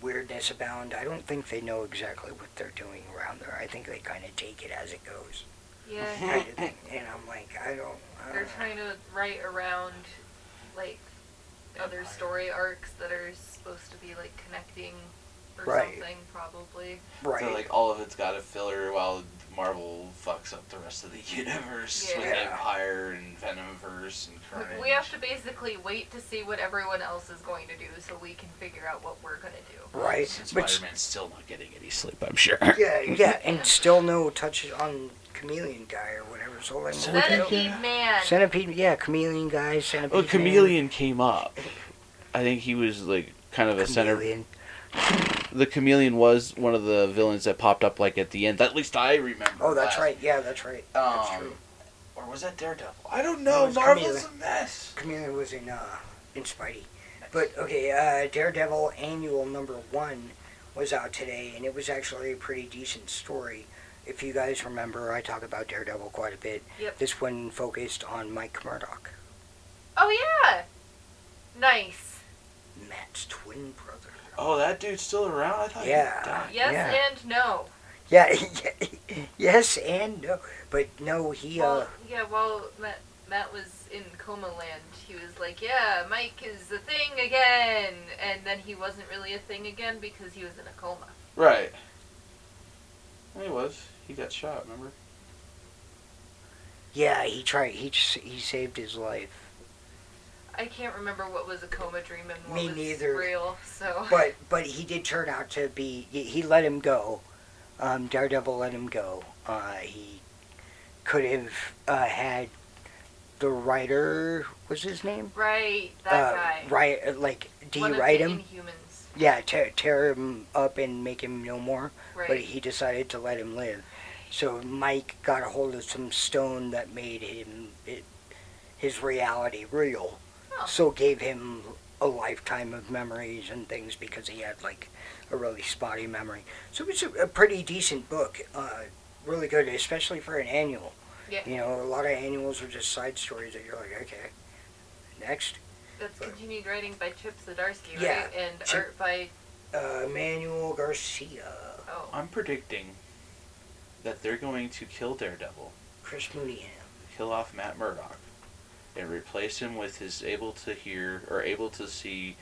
Speaker 1: weirdness abound. I don't think they know exactly what they're doing around there. I think they kind of take it as it goes.
Speaker 2: Yeah.
Speaker 1: Kind of thing. And I'm like, I don't. I
Speaker 2: They're
Speaker 1: don't know.
Speaker 2: trying to write around like other
Speaker 3: Vampire.
Speaker 2: story arcs that are supposed to be like connecting or
Speaker 1: Right.
Speaker 2: something probably.
Speaker 1: Right.
Speaker 3: So like all of it's got a filler while Marvel fucks up the rest of the universe with
Speaker 1: Yeah.
Speaker 3: Empire and Venomverse and Carnage.
Speaker 2: We- We have to basically wait to see what everyone else is going to do so we can figure out what we're going to do.
Speaker 1: right.
Speaker 3: And
Speaker 1: But s-
Speaker 3: Spider-Man's still not getting any sleep, I'm sure.
Speaker 1: yeah, yeah, and still no touch on Chameleon Guy or whatever. So like,
Speaker 3: So
Speaker 1: what the hell-
Speaker 2: Centipede Man.
Speaker 1: Centipede, yeah, Chameleon Guy, Centipede.
Speaker 3: Oh,
Speaker 4: Well,
Speaker 1: Man,
Speaker 4: Chameleon came up. I think he was like kind of a center.
Speaker 1: Chameleon.
Speaker 4: The Chameleon was one of the villains that popped up like at the end. At least I remember.
Speaker 1: Oh, that's
Speaker 3: last-
Speaker 1: right. Yeah, that's right. that's
Speaker 3: Um,
Speaker 1: true.
Speaker 3: Or was that Daredevil? I don't
Speaker 1: No,
Speaker 3: know.
Speaker 1: it's
Speaker 3: Marvel's a
Speaker 1: Chameleon.
Speaker 3: mess.
Speaker 1: Chameleon was in uh, in Spidey. But okay, uh, Daredevil Annual Number One was out today, and it was actually a pretty decent story. If you guys remember, I talk about Daredevil quite a bit.
Speaker 2: Yep.
Speaker 1: This one focused on Mike Murdoch,
Speaker 2: Oh yeah. Nice.
Speaker 1: Matt's twin brother.
Speaker 3: Oh, that dude's still around. I thought
Speaker 1: Yeah.
Speaker 3: he died.
Speaker 2: Yes
Speaker 1: Uh, Yeah.
Speaker 2: and no.
Speaker 1: Yeah, yes and no, but no, he uh,
Speaker 2: Well, yeah, while Matt, Matt was in coma land, he was like, yeah, Mike is a thing again. And then he wasn't really a thing again because he was in a coma.
Speaker 3: Right. He was. He got shot. Remember?
Speaker 1: yeah, he tried. He s- he saved his life,
Speaker 2: I can't remember what was a coma dream and what
Speaker 1: Me
Speaker 2: was
Speaker 1: neither.
Speaker 2: real, so.
Speaker 1: but but he did turn out to be. He, he let him go. Um, Daredevil let him go. Uh, he could have uh, had the writer. Was his name?
Speaker 2: right, that
Speaker 1: uh,
Speaker 2: guy.
Speaker 1: Right, like
Speaker 2: One of
Speaker 1: deride
Speaker 2: the
Speaker 1: him.
Speaker 2: Inhumans.
Speaker 1: Yeah, tear, tear him up and make him no more.
Speaker 2: Right.
Speaker 1: but he decided to let him live. So Mike got a hold of some stone that made him it, his reality real.
Speaker 2: Oh.
Speaker 1: So gave him a lifetime of memories and things because he had like a really spotty memory. So it's a, a pretty decent book, uh, really good, especially for an annual.
Speaker 2: Yeah.
Speaker 1: You know, a lot of annuals are just side stories that you're like, okay, next.
Speaker 2: That's continued writing by Chip Zdarsky,
Speaker 1: Yeah,
Speaker 2: right? And
Speaker 1: Chip-
Speaker 2: art by,
Speaker 1: Uh, Manuel Garcia,
Speaker 2: oh,
Speaker 3: I'm predicting that they're going to kill Daredevil,
Speaker 1: Chris Mooney,
Speaker 3: kill off Matt Murdock, and replace him with his able to hear or able to see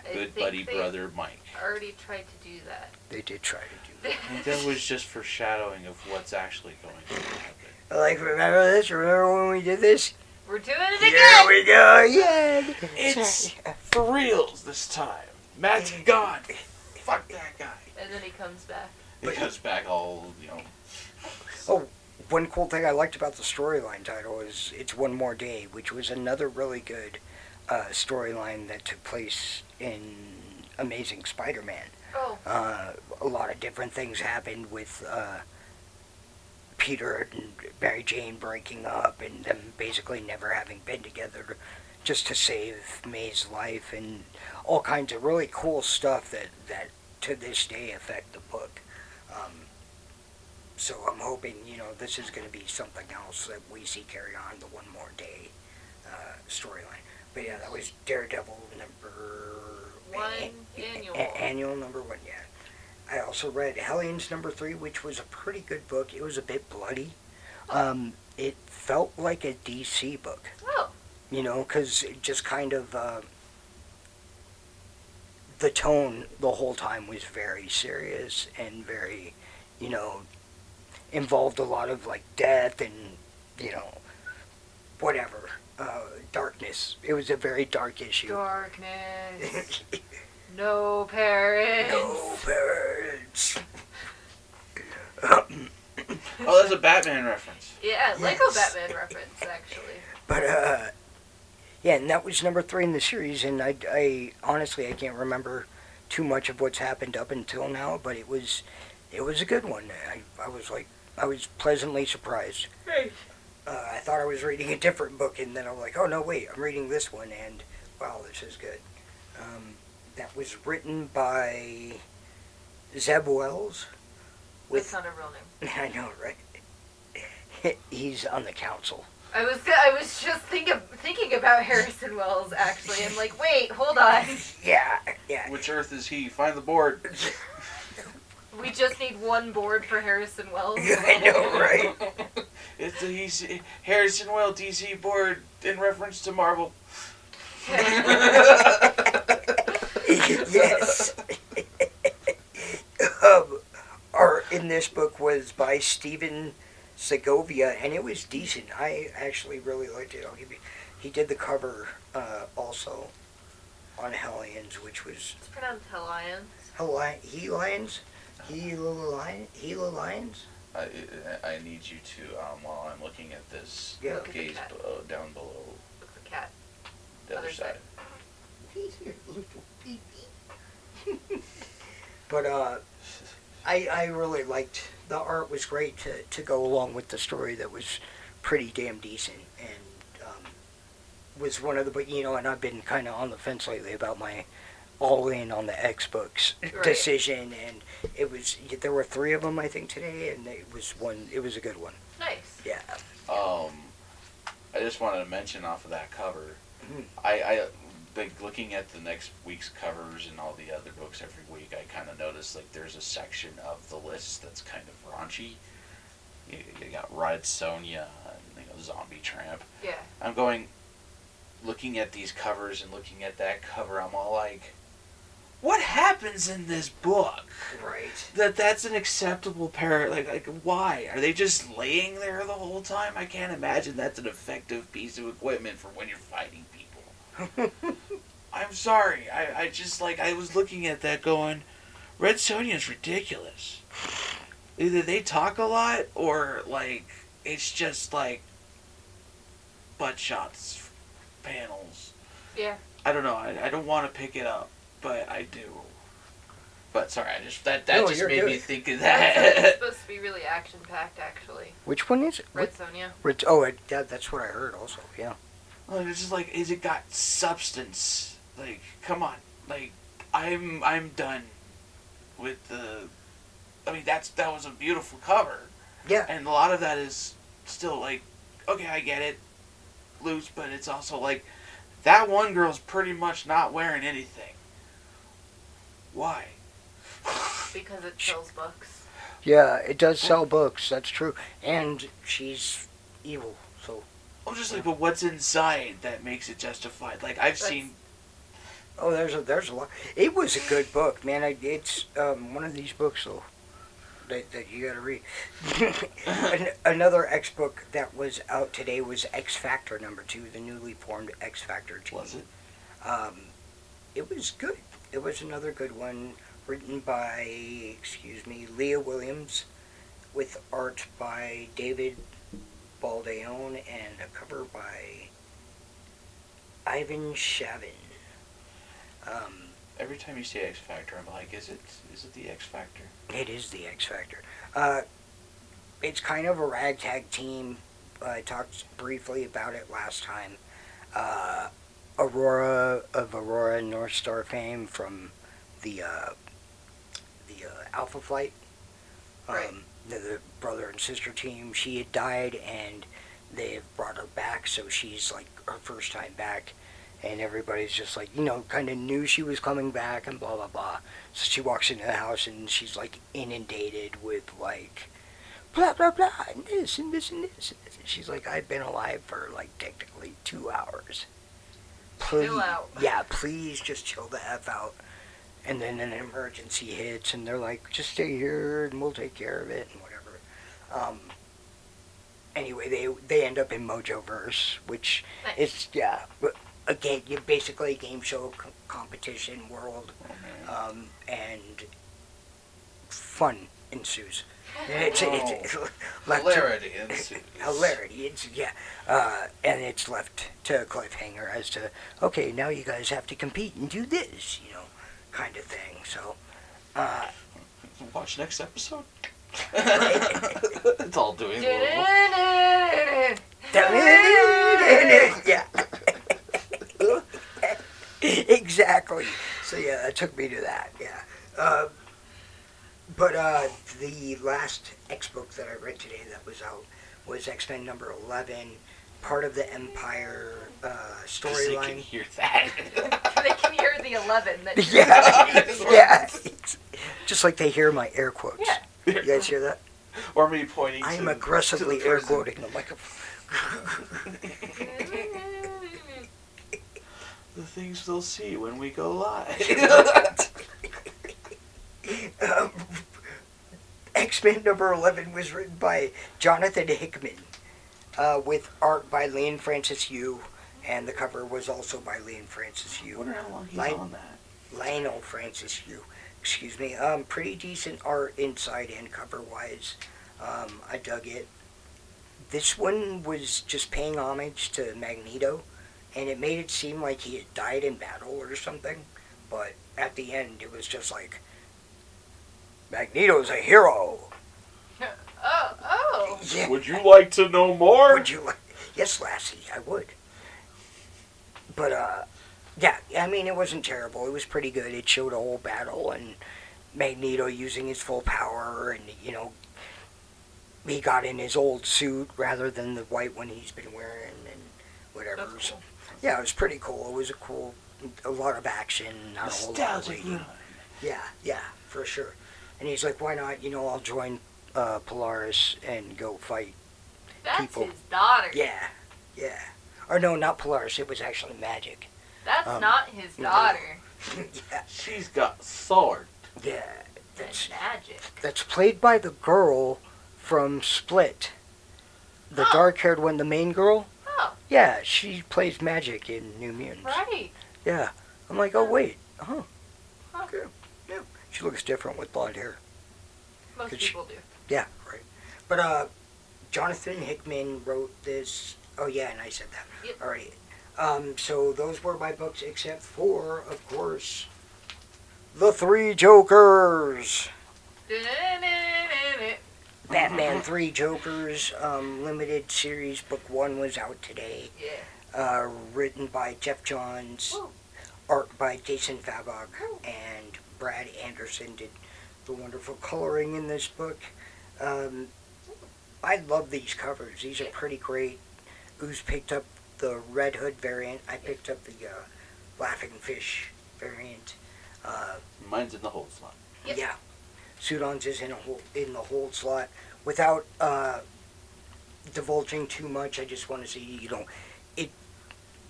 Speaker 2: I
Speaker 3: good
Speaker 2: think
Speaker 3: buddy
Speaker 2: they
Speaker 3: brother Mike.
Speaker 2: already tried to do that.
Speaker 1: they did try to do
Speaker 3: I think that was just foreshadowing of what's actually going to happen.
Speaker 1: Like, remember this? Remember when we did this?
Speaker 2: We're doing it
Speaker 1: Here
Speaker 2: again!
Speaker 1: we go, yeah.
Speaker 3: It's for reals this time. Matt's gone. Fuck that guy.
Speaker 2: And then he comes back.
Speaker 3: He comes back all you know.
Speaker 1: One cool thing I liked about the storyline title is it's One More Day, which was another really good uh, storyline that took place in Amazing Spider-Man.
Speaker 2: Oh,
Speaker 1: Uh, a lot of different things happened with uh, Peter and Mary Jane breaking up and them basically never having been together just to save May's life and all kinds of really cool stuff that, that to this day affect the book. Um, so I'm hoping, you know, this is going to be something else that we see carry on the One More Day uh, storyline. But yeah, that was Daredevil number
Speaker 2: One
Speaker 1: a- a-
Speaker 2: annual.
Speaker 1: annual number one, yeah. I also read Hellions number three, which was a pretty good book. It was a bit bloody. Um, it felt like a DC book
Speaker 2: oh.
Speaker 1: you know, because it just kind of uh, the tone the whole time was very serious and very, you know, involved a lot of like death and you know, whatever uh, darkness. It was a very dark issue.
Speaker 2: Darkness. no parents.
Speaker 1: no birds.
Speaker 3: Oh, that's a Batman reference.
Speaker 2: Yeah, Lego
Speaker 1: Yes.
Speaker 2: Batman reference, actually.
Speaker 1: But uh, yeah, and that was number three in the series, and I, I honestly I can't remember too much of what's happened up until now, but it was it was a good one. I, I was like I was pleasantly surprised.
Speaker 2: Right.
Speaker 1: Uh, I thought I was reading a different book, and then I'm like, oh no, wait, I'm reading this one, and wow, this is good. Um, that was written by Zeb Wells. With
Speaker 2: That's not a real name.
Speaker 1: I know, right? He's on the council.
Speaker 2: I was I was just thinking thinking about Harrison Wells actually. I'm like, wait, hold on.
Speaker 1: Yeah, yeah.
Speaker 3: Which Earth is he? Find the board.
Speaker 2: We just need one board for Harrison Wells.
Speaker 1: I know, right?
Speaker 3: It's the EC, Harrison Well DC board in reference to Marvel.
Speaker 1: yes. um, art in this book was by Stephen Segovia, and it was decent. I actually really liked it. I'll give you. He did the cover uh, also on Hellions, which was
Speaker 2: It's pronounced Hellions.
Speaker 1: Heli- Helions, Helion, Helions.
Speaker 3: I, I I need you to, um, while I'm looking at this,
Speaker 1: Yeah.
Speaker 2: Look at
Speaker 3: gaze
Speaker 2: that.
Speaker 3: below, down below
Speaker 2: It's a cat.
Speaker 3: the other
Speaker 2: Other
Speaker 3: side.
Speaker 1: But uh, I I really liked the art was great to, to go along with the story that was pretty damn decent and um, was one of the but you know and I've been kind of on the fence lately about my all in on the X books
Speaker 2: Right.
Speaker 1: decision and it was there were three of them I think today and it was one it was a good one
Speaker 2: Nice.
Speaker 1: yeah
Speaker 3: Um, I just wanted to mention off of that cover,
Speaker 2: Mm-hmm.
Speaker 1: Mhm.
Speaker 3: I, I like looking at the next week's covers and all the other books every week. I kind of noticed like there's a section of the list that's kind of raunchy. You, you got Red Sonia and you know, Zombie Tramp.
Speaker 2: Yeah.
Speaker 3: I'm going, looking at these covers and looking at that cover. I'm all like, what happens in this book?
Speaker 1: right
Speaker 3: that that's an acceptable pair like like why are they just laying there the whole time i can't imagine that's an effective piece of equipment for when you're fighting people i'm sorry i, I just like i was looking at that going red sonia's ridiculous either they talk a lot or like it's just like butt shots panels
Speaker 2: Yeah.
Speaker 3: i don't know i, I don't want to pick it up but i do but sorry, I just that that
Speaker 1: No,
Speaker 3: just
Speaker 1: you're
Speaker 3: made me
Speaker 1: good.
Speaker 3: think of
Speaker 2: It's
Speaker 3: that.
Speaker 2: supposed to be really action packed actually.
Speaker 1: which one is it
Speaker 2: Red Sonia.
Speaker 1: Which, oh it, that, that's what I heard also yeah
Speaker 3: Like, Oh, it's just like, is it got substance? Like, come on, like, I'm I'm done with the. I mean, that's that was a beautiful cover,
Speaker 1: yeah
Speaker 3: and a lot of that is still like, okay, I get it, loose, but it's also like, that one girl's pretty much not wearing anything. Why?
Speaker 2: Because it sells books.
Speaker 1: yeah it does sell books that's true and she's evil so
Speaker 3: I'm Oh, just like, but what's inside that makes it justified? Like, I've
Speaker 2: That's-
Speaker 3: seen
Speaker 1: Oh, there's a there's a lot. It was a good book, man. I, it's um, one of these books though that, that you got to read. An, another X book that was out today was X Factor number two, the newly formed X Factor team.
Speaker 3: was it?
Speaker 1: Um, it was good. It was another good one written by excuse me Leah Williams, with art by David Baldeone and a cover by Ivan Shavin. Um,
Speaker 3: Every time you say X Factor, I'm like, is it is it the X Factor?
Speaker 1: It is the X Factor. Uh, it's kind of a ragtag team. I talked briefly about it last time. Uh, Aurora of Aurora North Star fame from the uh, the uh, Alpha Flight. Um,
Speaker 2: Right.
Speaker 1: the, the brother and sister team. She had died, and they've brought her back. So she's like her first time back, and everybody's just like you know, kind of knew she was coming back, and blah blah blah. So she walks into the house and she's like inundated with like blah blah blah and this and this and this. And this. And she's like, I've been alive for like technically two hours. Please,
Speaker 2: Chill out.
Speaker 1: yeah, please just chill the f out. And then an emergency hits, and they're like, just stay here and we'll take care of it and whatever. Um, anyway, they they end up in Mojoverse, which
Speaker 2: Nice.
Speaker 1: is yeah, again, you basically a game show c- competition world
Speaker 3: Oh man.
Speaker 1: um, and fun ensues. It's, it's, left to-
Speaker 3: Hilarity ensues.
Speaker 1: hilarity. It's yeah, uh, and it's left to a cliffhanger as to okay, now you guys have to compete and do this, you know, kind of thing. So, uh,
Speaker 3: Watch next episode. it's all doing well.
Speaker 1: yeah, exactly. So yeah, that took me to that. Yeah. Um, But uh, the last X book that I read today that was out was X Men number eleven, part of the Empire uh,
Speaker 3: 'Cause they
Speaker 1: storyline.
Speaker 3: can hear that.
Speaker 2: they can hear the eleven that
Speaker 1: Yeah,
Speaker 2: you-
Speaker 1: yeah. Just like they hear my air quotes.
Speaker 2: Yeah.
Speaker 1: You guys hear that?
Speaker 4: Or me pointing.
Speaker 1: I
Speaker 4: to-
Speaker 1: am
Speaker 4: to
Speaker 1: aggressively
Speaker 4: the
Speaker 1: air
Speaker 4: person.
Speaker 1: quoting them like a.
Speaker 4: The things they'll see when we go live.
Speaker 1: Um, X Men number 11 was written by Jonathan Hickman uh, with art by Lane Francis Yu, and the cover was also by Lane Francis
Speaker 4: I
Speaker 1: Yu.
Speaker 4: wonder how long he's
Speaker 1: Like-
Speaker 4: on that.
Speaker 1: Lionel Francis Yu, excuse me. Um, pretty decent art inside and cover wise. Um, I dug it. This one was just paying homage to Magneto, and it made it seem like he had died in battle or something. But at the end, it was just like Magneto's a hero.
Speaker 2: oh, oh.
Speaker 1: Yeah.
Speaker 4: Would you like to know more?
Speaker 1: Would you like? Yes, Lassie, I would. But uh, yeah, I mean, it wasn't terrible. It was pretty good. It showed a whole battle and Magneto using his full power, and you know, he got in his old suit rather than the white one he's been wearing, and whatever.
Speaker 2: That's
Speaker 1: So, yeah, it was pretty cool. It was a cool, a lot of action, not a whole lot of
Speaker 4: Nostalgic.
Speaker 1: waiting. Yeah, yeah, for sure. And he's like, why not? You know, I'll join uh, Polaris and go fight
Speaker 2: That's
Speaker 1: People.
Speaker 2: his daughter.
Speaker 1: yeah, yeah. Or no, not Polaris. It was actually magic.
Speaker 2: That's
Speaker 1: Um,
Speaker 2: not his
Speaker 1: no.
Speaker 2: daughter.
Speaker 1: yeah,
Speaker 4: She's got sword.
Speaker 1: yeah.
Speaker 2: That's
Speaker 1: That's
Speaker 2: magic.
Speaker 1: that's played by the girl from Split, the
Speaker 2: Oh.
Speaker 1: dark-haired one, the main girl.
Speaker 2: Oh,
Speaker 1: Yeah, she plays magic in New Mutants.
Speaker 2: right.
Speaker 1: Yeah. I'm like, oh wait, huh?
Speaker 2: Huh.
Speaker 1: Okay. Yeah. She looks different with blonde hair.
Speaker 2: Most
Speaker 1: Could she-
Speaker 2: people do.
Speaker 1: Yeah, right. But uh, Jonathan Hickman wrote this. Oh yeah, and I said that
Speaker 2: Yep.
Speaker 1: already. Um, so those were my books, except for, of course, the Three Jokers, Batman Three Jokers, um, limited series. Book one was out today.
Speaker 2: Yeah.
Speaker 1: Uh, written by Jeff Johns,
Speaker 2: Ooh.
Speaker 1: art by Jason Fabok,
Speaker 2: Ooh.
Speaker 1: and Brad Anderson did the wonderful coloring in this book. Um, I love these covers. These are pretty great. Ooze picked up the Red Hood variant. I picked up the uh, Laughing Fish variant. Uh,
Speaker 4: Mine's in the whole slot.
Speaker 2: Yep.
Speaker 1: Yeah, Sudan's is in a hole, in the hold slot. Without uh, divulging too much, I just want to say you know, it.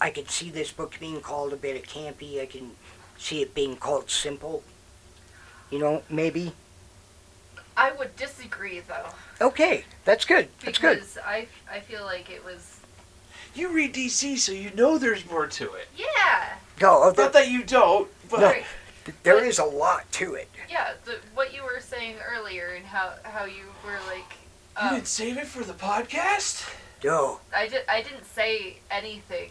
Speaker 1: I can see this book being called a bit of campy. I can see it being called simple. You know, maybe.
Speaker 2: I would disagree though.
Speaker 1: Okay, that's good. That's good.
Speaker 2: Because I, I feel like it was.
Speaker 4: You read DC, so you know there's more to it.
Speaker 2: Yeah.
Speaker 1: No, oh,
Speaker 4: Not
Speaker 1: there,
Speaker 4: that you don't, but
Speaker 2: Right.
Speaker 1: there is a lot to it.
Speaker 2: Yeah. The, what you were saying earlier and how how you were like.
Speaker 4: you
Speaker 2: Um,
Speaker 4: didn't save it for the podcast.
Speaker 1: No,
Speaker 2: I did. I didn't say anything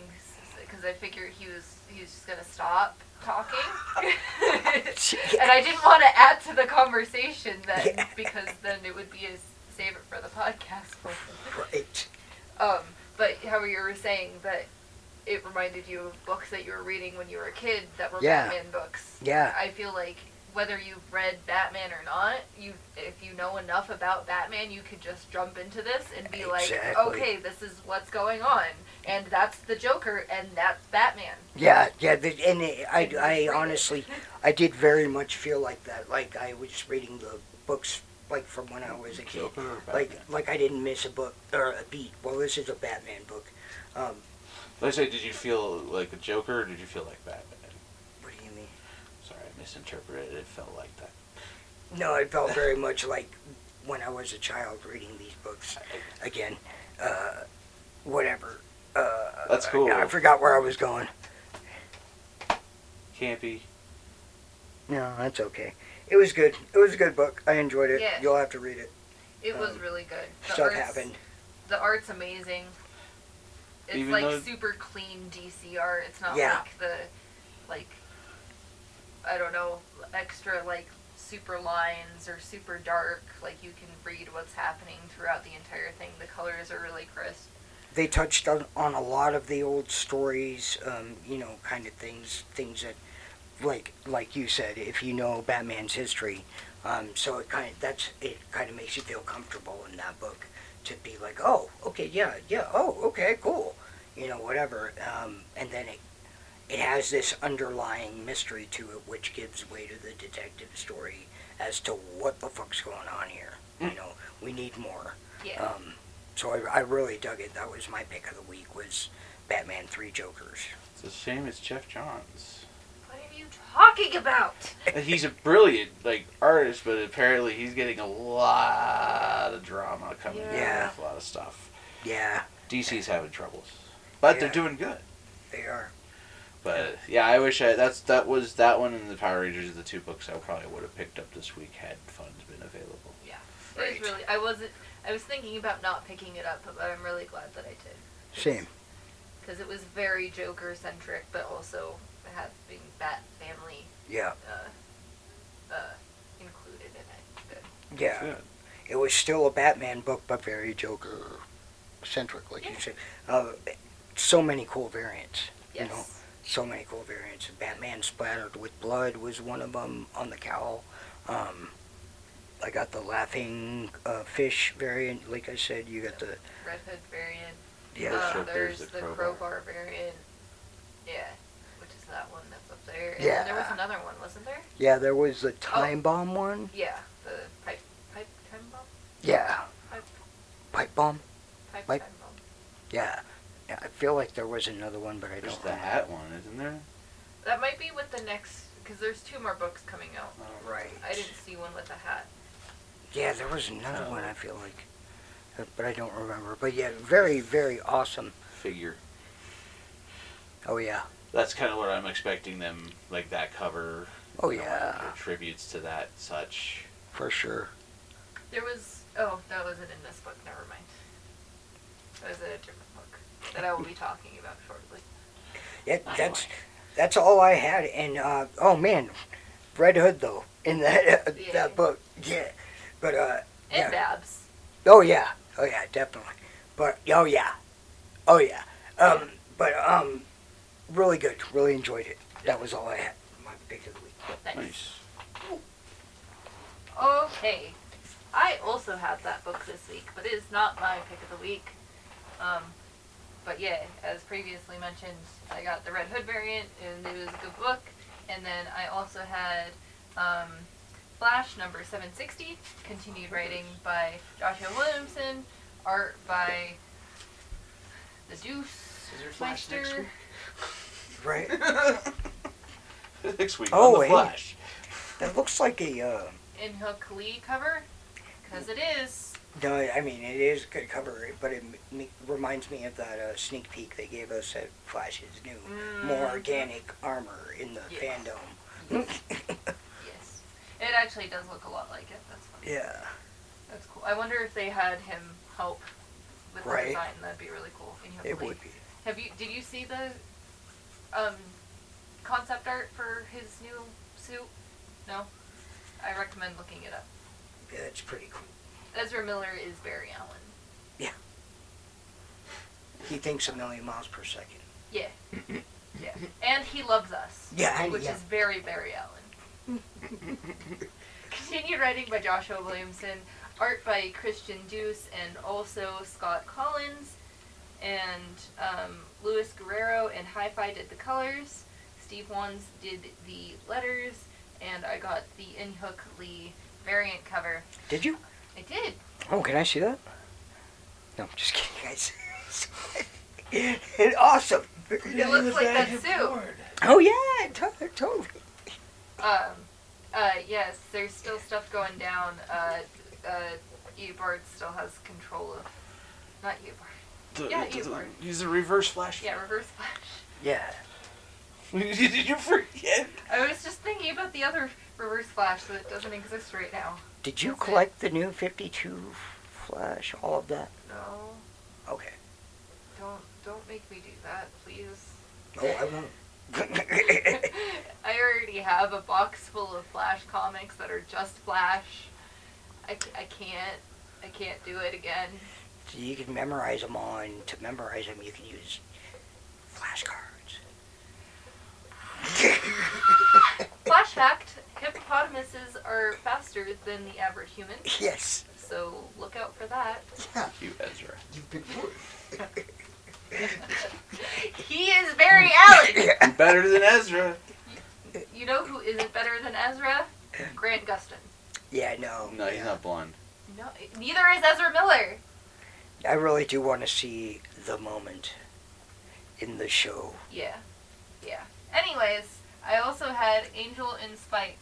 Speaker 2: because I figured he was he was just gonna stop talking, and I didn't want to add to the conversation then
Speaker 1: Yeah.
Speaker 2: because then it would be a s- save it for the podcast.
Speaker 1: right.
Speaker 2: Um, but how you were saying that it reminded you of books that you were reading when you were a kid that were
Speaker 1: Yeah.
Speaker 2: Batman books.
Speaker 1: Yeah,
Speaker 2: I feel like whether you've read Batman or not, you if you know enough about Batman, you could just jump into this and be like,
Speaker 1: Exactly.
Speaker 2: okay, this is what's going on, and that's the Joker, and that's Batman.
Speaker 1: yeah, yeah. The, and it,
Speaker 2: And
Speaker 1: I,
Speaker 2: just read
Speaker 1: I
Speaker 2: it.
Speaker 1: honestly, I did very much feel like that. Like I was reading the books, like from when I was a kid. Like, like I didn't miss a book or a beat. Well, this is a Batman book. Um,
Speaker 4: I say, did you feel like a Joker, or did you feel like Batman?
Speaker 1: what do you mean?
Speaker 4: Sorry, I misinterpreted. It felt like that.
Speaker 1: No, it felt very much like when I was a child reading these books again. Uh, whatever. Uh,
Speaker 4: That's cool.
Speaker 1: I forgot where I was going.
Speaker 4: Campy.
Speaker 1: No, that's okay. It was good. It was a good book. I enjoyed it.
Speaker 2: Yeah.
Speaker 1: You'll have to read it.
Speaker 2: It was
Speaker 1: Um,
Speaker 2: really good. The
Speaker 1: Stuff
Speaker 2: art's,
Speaker 1: happened.
Speaker 2: The art's amazing. It's
Speaker 4: Even
Speaker 2: like
Speaker 4: though-
Speaker 2: super clean DC art. It's not
Speaker 1: Yeah.
Speaker 2: like the like I don't know extra like super lines or super dark. Like you can read what's happening throughout the entire thing. The colors are really crisp.
Speaker 1: they touched on, on a lot of the old stories, um, you know, kind of things, things that like like you said, if you know Batman's history, um, so it kind of that's it kind of makes you feel comfortable in that book to be like, oh, okay, yeah, yeah, oh, okay, cool, you know, whatever, um, and then it it has this underlying mystery to it, which gives way to the detective story as to what the fuck's going on here. You know, we need more.
Speaker 2: Yeah.
Speaker 1: Um, so I, I really dug it. That was my pick of the week was Batman Three Jokers.
Speaker 4: It's a shame it's Jeff Johns.
Speaker 2: what are you talking about?
Speaker 4: He's a brilliant like artist, but apparently he's getting a lot of drama coming in
Speaker 1: Yeah.
Speaker 4: with a lot of stuff.
Speaker 1: Yeah,
Speaker 4: DC's having troubles, but they're
Speaker 1: Yeah.
Speaker 4: doing good.
Speaker 1: they are.
Speaker 4: But yeah, I wish I that's that was that one and the Power Rangers are the two books I probably would have picked up this week had funds been available.
Speaker 2: It was really. I wasn't. I was thinking about not picking it up, but I'm really glad that I did
Speaker 1: Same.
Speaker 2: because it was very Joker centric, but also having Bat family
Speaker 1: Yeah,
Speaker 2: uh, uh, included in it. Good.
Speaker 1: yeah.
Speaker 4: Good.
Speaker 1: It was still a Batman book, but very Joker centric, like you
Speaker 2: Yeah.
Speaker 1: said. Uh, so many cool variants. You
Speaker 2: Yes.
Speaker 1: know, so many cool variants. Batman splattered with blood was one of them on the cowl. Um, I got the laughing uh, fish variant. Like I said, you got the
Speaker 2: Red Hood variant.
Speaker 1: yeah,
Speaker 4: Yes,
Speaker 2: Uh,
Speaker 4: sir,
Speaker 2: there's,
Speaker 4: there's
Speaker 2: the,
Speaker 4: the
Speaker 2: crowbar.
Speaker 4: crowbar.
Speaker 2: variant. Yeah, which is that one that's up there. And then there was
Speaker 1: Yeah.
Speaker 2: another one, wasn't there?
Speaker 1: yeah. There was the time bomb one.
Speaker 2: Yeah, the pipe, pipe time bomb,
Speaker 1: Yeah,
Speaker 2: pipe,
Speaker 1: pipe bomb.
Speaker 2: pipe,
Speaker 1: Pipe-
Speaker 2: time bomb.
Speaker 1: Yeah. Yeah, I feel like there was another one, but I
Speaker 4: There's
Speaker 1: don't.
Speaker 4: the hat one, isn't there?
Speaker 2: That might be with the next, because there's two more books coming out.
Speaker 1: Right.
Speaker 2: I didn't see one with a hat.
Speaker 1: Yeah, there was another
Speaker 4: Oh.
Speaker 1: one. I feel like, Uh, but I don't remember. But yeah, very very awesome.
Speaker 4: Figure.
Speaker 1: Oh yeah.
Speaker 4: That's kind of what I'm expecting them like that cover.
Speaker 1: Oh
Speaker 4: you know,
Speaker 1: yeah.
Speaker 4: like, tributes to that such.
Speaker 1: For sure.
Speaker 2: There was, oh, that wasn't in this book. Never mind. That was in a different book that I will be talking about shortly.
Speaker 1: Yeah,
Speaker 4: Anyway.
Speaker 1: that's that's all I had. And uh, oh man, Red Hood though in that uh,
Speaker 2: Yeah.
Speaker 1: that book, yeah. But uh, Yeah.
Speaker 2: And Babs.
Speaker 1: oh yeah, oh yeah, definitely. But oh yeah, oh yeah. Um, but um, really good. Really enjoyed it. That was all I had. My pick of the week.
Speaker 2: Nice.
Speaker 4: Nice.
Speaker 2: Okay. I also have that book this week, but it is not my pick of the week. Um, but yeah, as previously mentioned, I got the Red Hood variant, and it was a good book. And then I also had um, Flash number 760, continued writing by Joshua Williamson, art by the Deuce.
Speaker 3: Is there Flash next
Speaker 2: Meister.
Speaker 3: week?
Speaker 1: Right.
Speaker 4: Next week
Speaker 1: Oh,
Speaker 4: on the
Speaker 1: hey.
Speaker 4: Flash.
Speaker 1: that looks like a. Uh,
Speaker 2: in her Klee cover, because it is.
Speaker 1: no, I mean it is a good cover, but it m- m- reminds me of that uh, sneak peek they gave us at Flash's new, more
Speaker 2: Mm.
Speaker 1: organic armor in the
Speaker 2: Yeah.
Speaker 1: fandom.
Speaker 2: Yes. It actually does look a lot like it. That's funny.
Speaker 1: yeah.
Speaker 2: That's cool. I wonder if they had him help with
Speaker 1: Right.
Speaker 2: the design. That'd be really cool. And you have
Speaker 1: It
Speaker 2: to
Speaker 1: would
Speaker 2: leave.
Speaker 1: be.
Speaker 2: Have you? Did you see the um concept art for his new suit? No. I recommend looking it up.
Speaker 1: Yeah, it's pretty cool.
Speaker 2: Ezra Miller is Barry Allen.
Speaker 1: He thinks a million miles per second.
Speaker 2: Yeah. yeah. And he loves us.
Speaker 1: Yeah, and-
Speaker 2: Which
Speaker 1: yeah.
Speaker 2: is very Barry Allen. Continued writing by Joshua Williamson, art by Christian Deuce and also Scott Collins, and um, Luis Guerrero and Hi-Fi did the colors. Steve Wands did the letters, and I got the Inhook Lee variant cover.
Speaker 1: Did you?
Speaker 2: I did.
Speaker 1: Oh, can I see that? No, I'm just kidding, guys. it's awesome.
Speaker 2: It looks like that suit.
Speaker 1: Oh yeah, to- totally.
Speaker 2: Um, uh, yes, there's still stuff going down. Uh, uh, Ebert still has control of, not Ebert. Yeah, you are.
Speaker 4: He's a reverse Flash.
Speaker 2: Yeah, Reverse Flash.
Speaker 1: Yeah.
Speaker 4: Did you forget?
Speaker 2: I was just thinking about the other Reverse Flash that doesn't exist right now.
Speaker 1: Did you collect the new 52 Flash, all of that?
Speaker 2: No,
Speaker 1: Okay.
Speaker 2: don't don't make me do that, please.
Speaker 1: Oh, I won't.
Speaker 2: I already have a box full of Flash comics that are just Flash. I, c- I can't I can't do it again.
Speaker 1: so you can memorize them all, and to memorize them, you can use flashcards.
Speaker 2: penises are faster than the average human,
Speaker 1: Yes.
Speaker 2: so look out for that.
Speaker 1: Yeah.
Speaker 4: You Ezra.
Speaker 1: You've been worried.
Speaker 2: He is very Allen.
Speaker 4: You better than Ezra.
Speaker 2: You know who isn't better than Ezra? Grant Gustin.
Speaker 1: Yeah, no.
Speaker 4: Oh, No, he's
Speaker 1: yeah.
Speaker 4: not blonde.
Speaker 2: No, neither is Ezra Miller.
Speaker 1: I really do want to see the moment in the show.
Speaker 2: Yeah, yeah. Anyways, I also had Angel and Spike.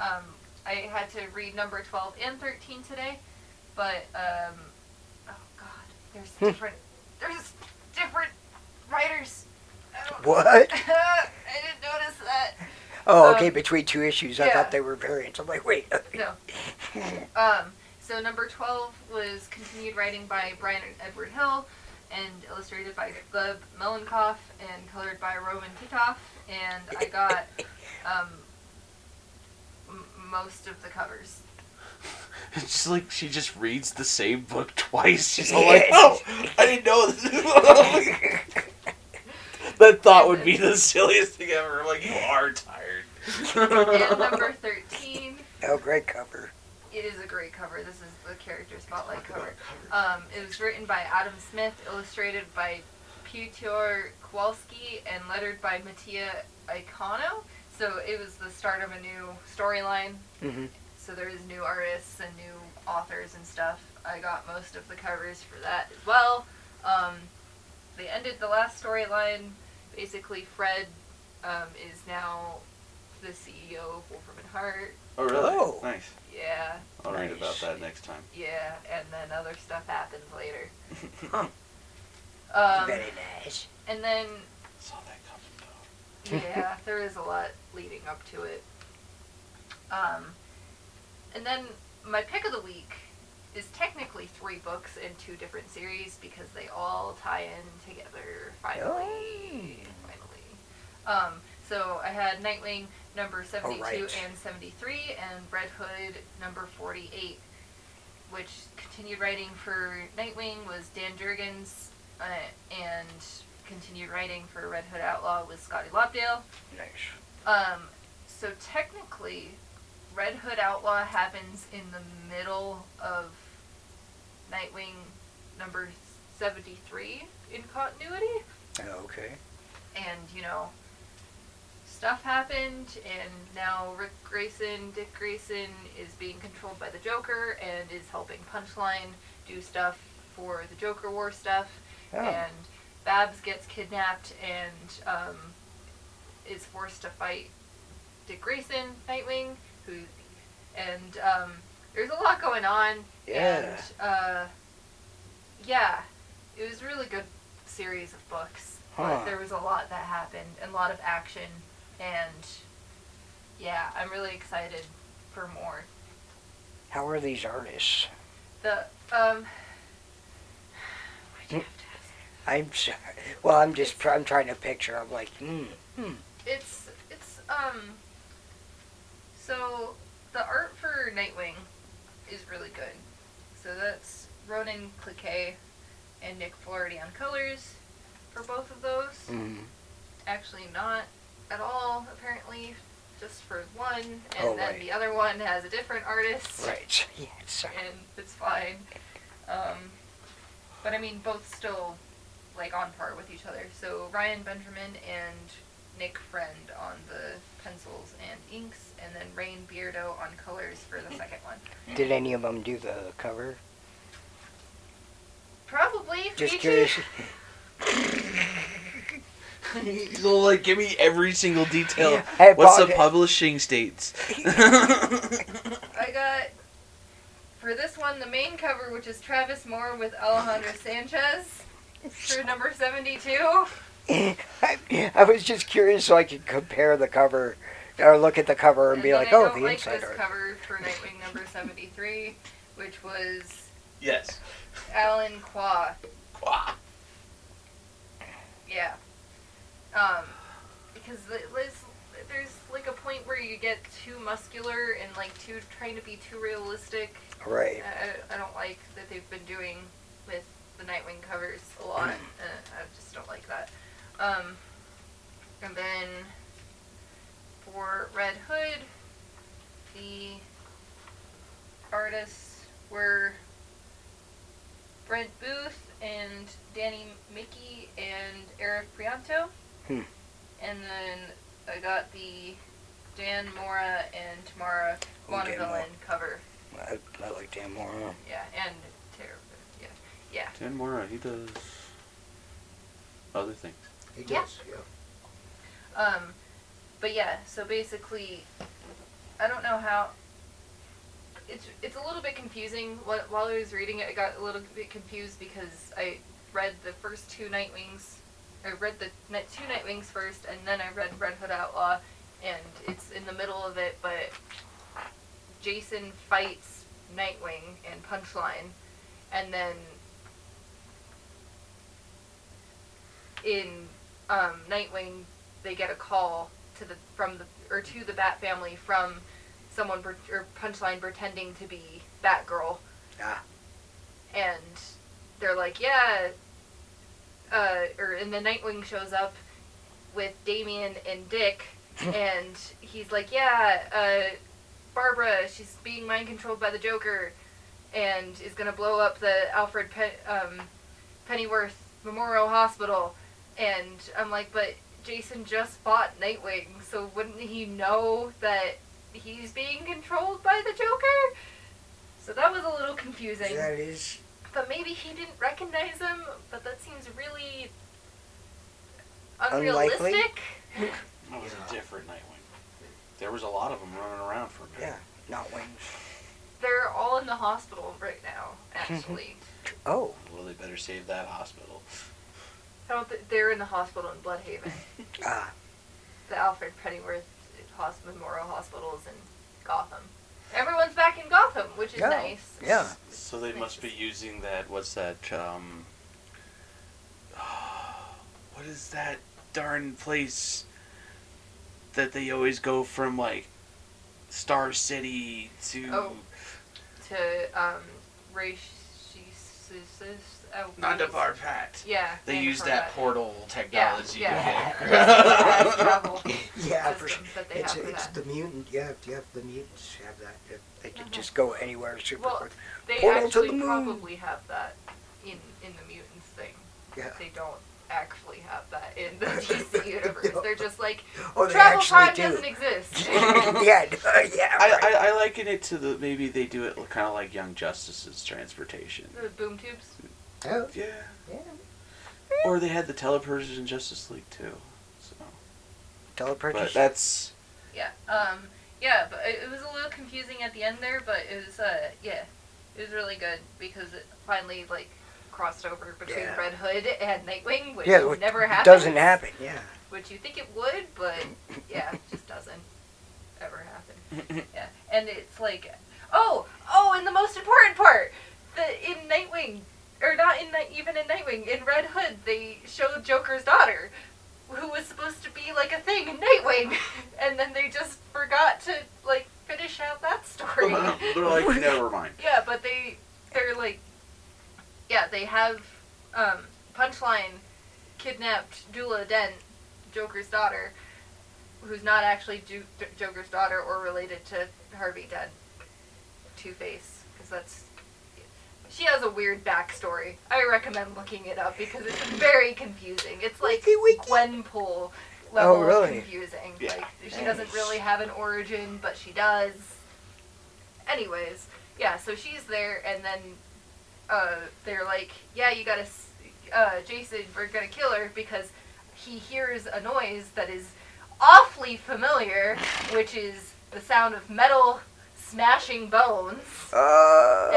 Speaker 2: Um, I had to read number twelve and thirteen today, but um, oh god, there's
Speaker 1: Hmm.
Speaker 2: different, there's different writers. I don't-
Speaker 1: What?
Speaker 2: I didn't notice that.
Speaker 1: Oh, okay.
Speaker 2: Um,
Speaker 1: between two issues, I
Speaker 2: yeah.
Speaker 1: thought they were variants. I'm like, wait.
Speaker 2: No. Um, so number 12 was continued writing by Brian and Edward Hill and illustrated by Gleb Melenkoff and colored by Roman Titoff. And I got um, m- most of the covers.
Speaker 4: It's just like she just reads the same book twice. She's
Speaker 1: all
Speaker 4: all
Speaker 1: like,
Speaker 4: like,
Speaker 1: "Oh,
Speaker 4: "Oh, I didn't know this." that thought would be the silliest thing ever. Like you are tired.
Speaker 2: And number 13,
Speaker 1: oh, great cover.
Speaker 2: it is a great cover. This is the character spotlight cover. Um, it was written by Adam Smith, illustrated by Piotr Kowalski, and lettered by Mattia Icono. So it was the start of a new storyline.
Speaker 1: Mhm.
Speaker 2: So there is new artists and new authors and stuff. I got most of the covers for that as well. Um, they ended the last storyline. Basically, Fred um, is now the CEO of Wolverman Heart.
Speaker 4: Oh really?
Speaker 1: Oh.
Speaker 4: Nice.
Speaker 2: Yeah,
Speaker 4: I'll read about
Speaker 1: Nice.
Speaker 4: that next time.
Speaker 2: yeah, and then other stuff happens later.
Speaker 1: Huh.
Speaker 2: Um,
Speaker 1: Very nice.
Speaker 2: and then
Speaker 4: Saw that coming. though.
Speaker 2: yeah, there is a lot leading up to it. Um, and then my pick of the week is technically three books in two different series because they all tie in together finally. Finally. Um, so I had Nightwing number 72
Speaker 1: right.
Speaker 2: and 73 and Red Hood number 48, which continued writing for Nightwing was Dan Jurgens uh, and continued writing for Red Hood Outlaw was Scotty Lobdale.
Speaker 1: Nice.
Speaker 2: Um, so technically, Red Hood Outlaw happens in the middle of Nightwing number 73 in continuity.
Speaker 1: Oh, okay.
Speaker 2: And, you know, stuff happened, and now Rick Grayson, Dick Grayson, is being controlled by the Joker and is helping Punchline do stuff for the Joker War stuff
Speaker 1: Oh.
Speaker 2: and Babs gets kidnapped and um, is forced to fight Dick Grayson, Nightwing, who, and um, there's a lot going on.
Speaker 1: Yeah.
Speaker 2: And uh, yeah, it was a really good series of books.
Speaker 1: Huh.
Speaker 2: But there was a lot that happened and a lot of action, and yeah, I'm really excited for more.
Speaker 1: How are these artists?
Speaker 2: The um.
Speaker 1: Mm.
Speaker 2: why'd you have to ask
Speaker 1: I'm sorry. Well, I'm just try- I'm trying to picture. I'm like, hmm.
Speaker 2: It's it's um. So the art for Nightwing is really good. So that's Ronan Cliquet and Nick Flaherty on colors for both of those.
Speaker 1: hmm
Speaker 2: Actually, not at all apparently, just for one, and
Speaker 1: Oh,
Speaker 2: then
Speaker 1: right.
Speaker 2: the other one has a different artist,
Speaker 1: Right. Yes.
Speaker 2: and it's fine. Um, but I mean, both still like on par with each other. So Ryan Benjamin and Nick Friend on the pencils and inks, and then Rain Beardo on colors for the second one.
Speaker 1: Did any of them do the cover?
Speaker 2: Probably.
Speaker 1: Just
Speaker 2: Fiji.
Speaker 1: curious.
Speaker 4: He's all like, "Give me every single detail.
Speaker 1: I
Speaker 4: What's the
Speaker 1: bought it.
Speaker 4: publishing states?"
Speaker 2: I got for this one the main cover, which is Travis Moore with Alejandro Sanchez for number seventy-two.
Speaker 1: I, I was just curious so I could compare the cover or look at the cover and, be
Speaker 2: then
Speaker 1: like,
Speaker 2: I
Speaker 1: oh,
Speaker 2: don't
Speaker 1: the
Speaker 2: like
Speaker 1: inside
Speaker 2: this
Speaker 1: art.
Speaker 2: cover for Nightwing number seventy-three, which was
Speaker 3: Yes.
Speaker 2: Alan Qua.
Speaker 3: Quah.
Speaker 2: Yeah. Um, because th- there's, there's like a point where you get too muscular and like too trying to be too realistic. I,
Speaker 1: Right.
Speaker 2: I- I don't like that they've been doing with the Nightwing covers a
Speaker 1: Mm.
Speaker 2: lot. uh, I just don't like that. Um, and then for Red Hood, the this were Brent Booth and Danny Mickey and Eric Prianto.
Speaker 1: Hmm.
Speaker 2: And then I got the Dan Mora and Tamara
Speaker 1: Oh, Dan Mora.
Speaker 2: Bonavillain cover.
Speaker 1: I, I like Dan Mora.
Speaker 2: Yeah, and Tara. Yeah.
Speaker 4: Dan Mora, he does other things.
Speaker 1: He
Speaker 2: Yeah.
Speaker 1: does, yeah.
Speaker 2: Um, but yeah, so basically, I don't know how. It's it's a little bit confusing. Wh- While I was reading it, I got a little bit confused because I read the first two Nightwings. I read the ni- two Nightwings first, and then I read Red Hood Outlaw, and it's in the middle of it. But Jason fights Nightwing and Punchline, and then in um, Nightwing they get a call to the from the or to the Bat family from someone pre- or Punchline pretending to be Batgirl.
Speaker 1: Ah.
Speaker 2: And they're like, yeah. Uh, or and the Nightwing shows up with Damien and Dick, and he's like, yeah, uh, Barbara, she's being mind controlled by the Joker, and is gonna blow up the Alfred Pen- um, Pennyworth Memorial Hospital. And I'm like, but Jason just fought Nightwing, so wouldn't he know that he's being controlled by the Joker? So that was a little confusing.
Speaker 1: That is.
Speaker 2: But maybe he didn't recognize him, but that seems really unrealistic.
Speaker 4: That was
Speaker 1: Yeah.
Speaker 4: a different Nightwing. There was a lot of them running around for a minute.
Speaker 1: Yeah. Not when.
Speaker 2: They're all in the hospital right now, actually.
Speaker 1: Oh,
Speaker 4: Well, they better save that hospital.
Speaker 2: I don't thi- they're in the hospital in Bloodhaven.
Speaker 1: ah.
Speaker 2: The Alfred Pennyworth Hos- Memorial Hospital is in Gotham. Everyone's back in Gotham, which is
Speaker 1: Yeah.
Speaker 2: nice.
Speaker 1: Yeah.
Speaker 4: So they must be using that. What's that? Um, what is that darn place that they always go from like Star City to?
Speaker 2: Oh. To, um, racists. Oh,
Speaker 4: Pat.
Speaker 2: Yeah.
Speaker 4: They
Speaker 2: Nanda
Speaker 4: use
Speaker 2: Parbat.
Speaker 4: that portal technology.
Speaker 2: yeah.
Speaker 4: to
Speaker 2: Fast
Speaker 4: get-
Speaker 2: travel
Speaker 1: Yeah, for sure.
Speaker 2: system that they
Speaker 1: It's,
Speaker 2: have for
Speaker 1: it's
Speaker 2: that.
Speaker 1: the mutant. Yeah, yeah, the mutants have that. They- They can
Speaker 2: Mhm.
Speaker 1: just go anywhere super
Speaker 2: Well,
Speaker 1: quick.
Speaker 2: They
Speaker 1: Portal to the
Speaker 2: actually
Speaker 1: moon.
Speaker 2: probably have that in in the mutants thing.
Speaker 1: Yeah.
Speaker 2: They don't actually have that in the DC universe. They're just like
Speaker 1: Oh, they
Speaker 2: travel time
Speaker 1: actually
Speaker 2: doesn't
Speaker 1: do.
Speaker 2: exist.
Speaker 1: yeah, uh, yeah.
Speaker 4: I,
Speaker 1: right.
Speaker 4: I, I liken it to the maybe they do it kind of like Young Justice's transportation.
Speaker 2: the boom tubes.
Speaker 1: Oh,
Speaker 4: Yeah.
Speaker 1: yeah.
Speaker 4: Or they had the teleporters in Justice League too. So. But
Speaker 1: Teleportation.
Speaker 4: that's
Speaker 2: Yeah. Um. Yeah, but it it was a little confusing at the end there, but it was uh yeah, it was really good because it finally like crossed over between
Speaker 1: Yeah.
Speaker 2: Red Hood and Nightwing, which
Speaker 1: Yeah, which
Speaker 2: never happens.
Speaker 1: doesn't happen. Yeah.
Speaker 2: which you think it would, but yeah, it just doesn't ever happen. Yeah, and it's like, oh, oh, and the most important part, the in Nightwing, or not in Night, even in Nightwing, in Red Hood, they showed Joker's daughter, who was supposed to be like a thing in Nightwing, and then they just forgot to like finish out that story.
Speaker 4: They're like, never mind.
Speaker 2: Yeah, but they they're like yeah, they have um punchline kidnapped Dula Dent, Joker's daughter, who's not actually Ju- J- Joker's daughter or related to Harvey Dent, Two Face, because that's she has a weird backstory. I recommend looking it up because it's very confusing. It's like
Speaker 1: Wiki, wiki.
Speaker 2: Gwenpool level
Speaker 1: really?
Speaker 2: confusing.
Speaker 4: Yeah.
Speaker 2: Like she doesn't
Speaker 1: Nice.
Speaker 2: really have an origin, but she does. Anyways, yeah, so she's there, and then uh, they're like, "Yeah, you gotta, s- uh, Jason, we're gonna kill her because he hears a noise that is awfully familiar, which is the sound of metal smashing bones." And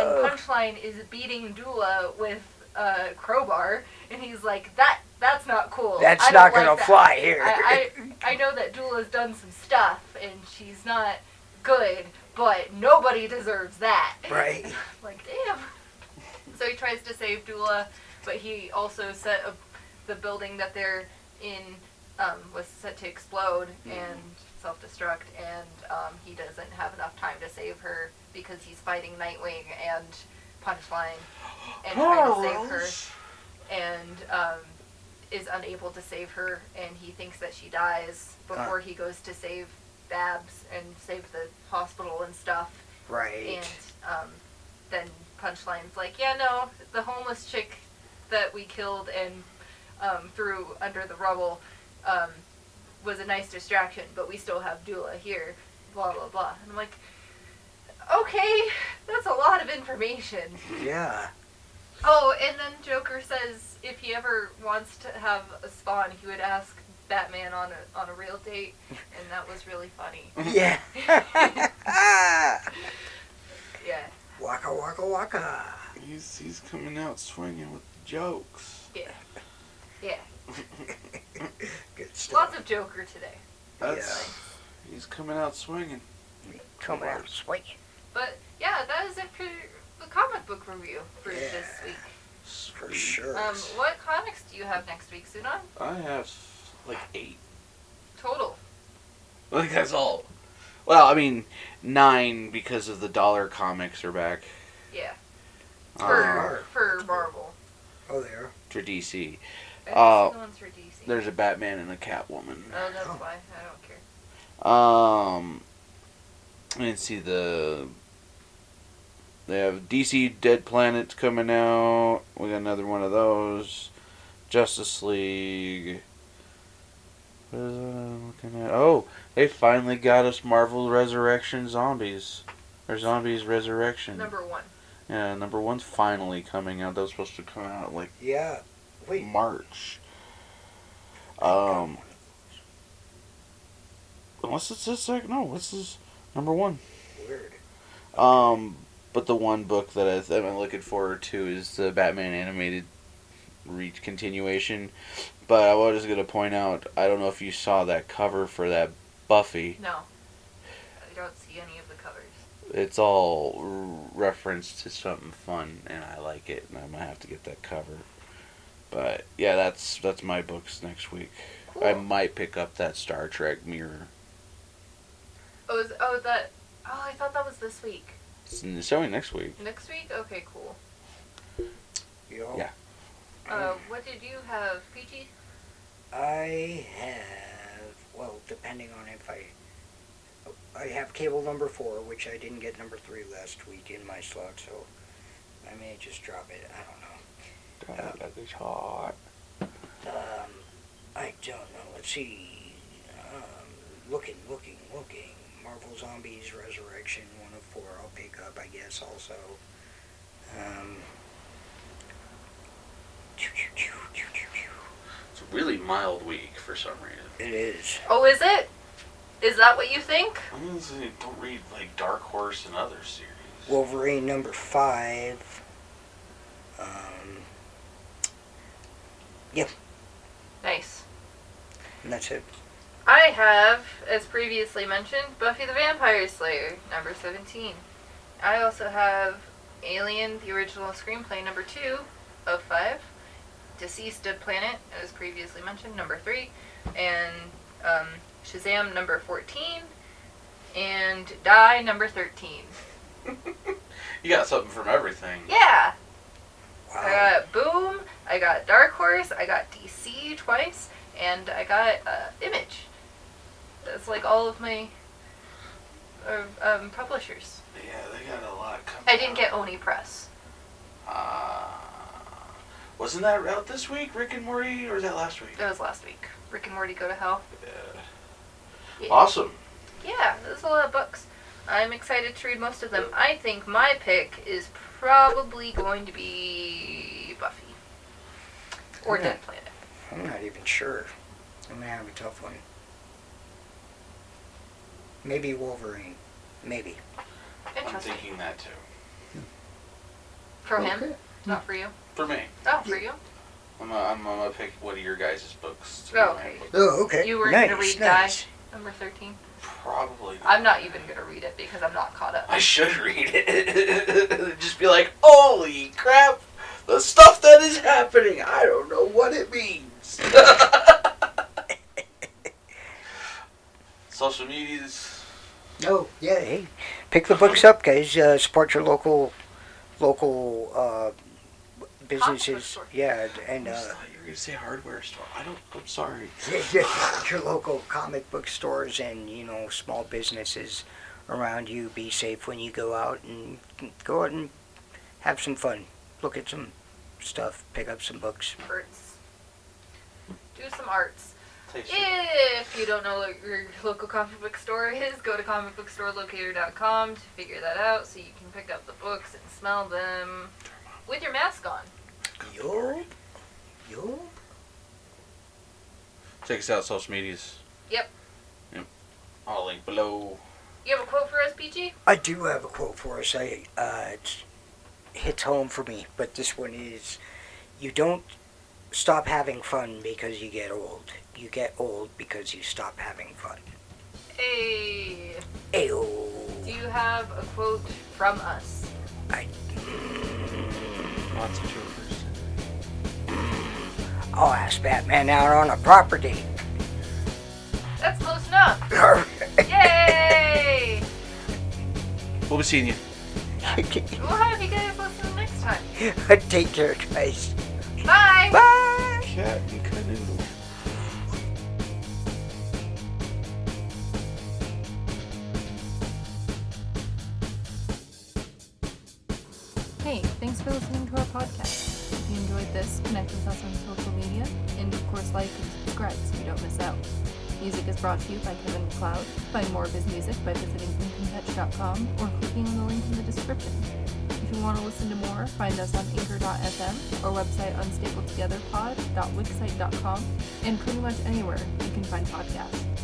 Speaker 1: Uh,
Speaker 2: Punchline is beating Dula with a crowbar, and he's like, "That, that's not cool.
Speaker 1: that's
Speaker 2: I don't
Speaker 1: not
Speaker 2: like
Speaker 1: gonna
Speaker 2: that."
Speaker 1: fly here.
Speaker 2: I, I, I know that Dula's done some stuff and she's not good, but nobody deserves that.
Speaker 1: right.
Speaker 2: Like, damn. So he tries to save Dula, but he also set up the building that they're in um, was set to explode and self destruct, and um, he doesn't have enough time to save her because he's fighting Nightwing and Punchline and trying to save her and um, is unable to save her, and he thinks that she dies before he goes to save Babs and save the hospital and stuff.
Speaker 1: Right.
Speaker 2: And um, then Punchline's like, yeah, no, the homeless chick that we killed and um, threw under the rubble um, was a nice distraction, but we still have Dula here, blah, blah, blah. And I'm like, okay, that's a lot of information.
Speaker 1: Yeah.
Speaker 2: Oh, and then Joker says if he ever wants to have a spawn, he would ask Batman on a on a real date, and that was really funny.
Speaker 1: Yeah.
Speaker 2: Yeah,
Speaker 1: waka waka waka.
Speaker 3: He's he's coming out swinging with the jokes.
Speaker 2: yeah, yeah.
Speaker 1: Good
Speaker 2: Lots
Speaker 1: stuff.
Speaker 2: of Joker today,
Speaker 3: That's he's coming out swinging.
Speaker 1: Come on, swing it.
Speaker 2: but yeah, that is it for the comic book review for this
Speaker 1: Yeah.
Speaker 2: week.
Speaker 1: For sure.
Speaker 2: Um, what comics do you have next week, Sunan?
Speaker 3: I have like eight.
Speaker 2: Total.
Speaker 3: Like that's all. Well, I mean nine because of the dollar comics are back.
Speaker 2: Yeah,
Speaker 3: Uh,
Speaker 2: for for Marvel.
Speaker 1: oh, there.
Speaker 3: for DC,
Speaker 2: I think
Speaker 3: Uh,
Speaker 2: the ones for DC.
Speaker 3: there's a Batman and a Catwoman.
Speaker 2: Oh, that's why I don't care.
Speaker 3: Um, I didn't see the. They have DC Dead Planets coming out. We got another one of those. Justice League. What is that I'm looking at? Oh, they finally got us Marvel Resurrection Zombies. Or Zombies Resurrection.
Speaker 2: Number one.
Speaker 3: yeah, number one's finally coming out. That was supposed to come out like
Speaker 1: Yeah. Wait.
Speaker 3: March. Um, unless it's this sec. No, this is number one.
Speaker 1: Weird.
Speaker 3: Um, but the one book that I th- I'm looking forward to is the Batman animated re- continuation. But I was just gonna point out, I don't know if you saw that cover for that Buffy.
Speaker 2: No, I don't see any of the covers.
Speaker 3: It's all r- referenced to something fun, and I like it, and I might have to get that cover. But yeah, that's that's my books next week.
Speaker 2: Cool.
Speaker 3: I might pick up that Star Trek mirror.
Speaker 2: Oh, is, oh, that. Oh, I thought that was this week.
Speaker 3: It's n- it's only next week.
Speaker 2: Next week? Okay, cool.
Speaker 1: You know,
Speaker 3: Yeah.
Speaker 2: Uh, what did you have, PG?
Speaker 1: I have, well, depending on if I, I have cable number four, which I didn't get number three last week in my slot, so I may just drop it. I don't know.
Speaker 3: God, that is hot.
Speaker 1: Um, I don't know. Let's see. Um, looking, looking, looking. Marvel Zombies Resurrection, one of four. I'll pick up, I guess. Also. Um.
Speaker 3: It's a really mild week for some reason.
Speaker 1: It is.
Speaker 2: Oh, is it? Is that what you think?
Speaker 3: I'm gonna say uh, don't read like Dark Horse and other series.
Speaker 1: Wolverine number five. Um,
Speaker 2: Nice.
Speaker 1: and that's it.
Speaker 2: I have, as previously mentioned, Buffy the Vampire Slayer, number 17. I also have Alien, the original screenplay, number 2 of 5. Deceased Dead Planet, as previously mentioned, number 3. And um, Shazam, number 14. And Die, number 13.
Speaker 3: You got something from everything.
Speaker 2: Yeah! I
Speaker 1: Wow.
Speaker 2: got Boom, I got Dark Horse, I got DC twice, and I got uh, Image. That's like all of my uh, um, publishers.
Speaker 3: Yeah, they got a lot coming.
Speaker 2: I didn't get Oni Press.
Speaker 3: Uh, wasn't that out this week, Rick and Morty, or was that last week?
Speaker 2: That was last week. Rick and Morty Go to Hell. Yeah.
Speaker 3: Awesome.
Speaker 2: Yeah, there's a lot of books. I'm excited to read most of them. I think my pick is probably going to be Buffy or
Speaker 1: Yeah.
Speaker 2: Dead Planet.
Speaker 1: I'm not even sure. I'm gonna have a tough one. Maybe Wolverine. Maybe.
Speaker 3: I'm
Speaker 2: Interesting.
Speaker 3: thinking that too.
Speaker 2: For him, not for you.
Speaker 3: For me,
Speaker 2: Oh, for you.
Speaker 3: I'm gonna, I'm gonna pick one of your guys' books. to be
Speaker 2: Oh,
Speaker 3: my
Speaker 2: okay.
Speaker 3: book.
Speaker 1: Oh, okay.
Speaker 2: You were
Speaker 1: nice,
Speaker 2: gonna read
Speaker 1: nice.
Speaker 2: Die, number thirteen.
Speaker 3: Probably.
Speaker 2: I'm not even gonna read it because I'm not caught up.
Speaker 3: I should read it. Just be like, holy crap, the stuff that is happening. I don't know what it means. Social medias.
Speaker 1: Oh yeah, hey, pick the books up, guys. Uh, support your local, local uh, businesses.
Speaker 2: store.
Speaker 1: Yeah, and
Speaker 3: I
Speaker 1: uh,
Speaker 3: just thought you were gonna say hardware store. I don't. I'm sorry.
Speaker 1: your local comic book stores and you know small businesses around you. Be safe when you go out and go out and have some fun, look at some stuff, pick up some books.
Speaker 2: Arts. Do some arts.
Speaker 3: Take some-
Speaker 2: If you don't know what your local comic book store is, go to comicbookstorelocator.com to figure that out so you can pick up the books and smell them with your mask on.
Speaker 1: Yo, yo.
Speaker 4: Check us out social medias.
Speaker 3: All link below.
Speaker 2: You have a quote for us, PG?
Speaker 1: I do have a quote for us. I uh, it's, hits home for me, but this one is: you don't stop having fun because you get old. You get old because you stop having fun.
Speaker 2: Hey,
Speaker 1: Ayo.
Speaker 2: do you have a quote from us?
Speaker 3: Lots of jokers.
Speaker 1: I'll ask Batman out on a proper date.
Speaker 2: That's close enough. Yay!
Speaker 4: We'll be seeing you.
Speaker 2: we'll have you guys listen next time.
Speaker 1: Take care, guys.
Speaker 2: Bye.
Speaker 1: Bye.
Speaker 4: Cat and canoodle.
Speaker 5: Hey, thanks for listening to our podcast. If you enjoyed this, connect with us on social media, and of course, like and subscribe so you don't miss out. Music is brought to you by Kevin McLeod. Find more of his music by visiting incompetch.com or clicking on the link in the description. If you want to listen to more, find us on anchor.fm, our website unstapletogetherpod.wixsite.com, and pretty much anywhere you can find podcasts.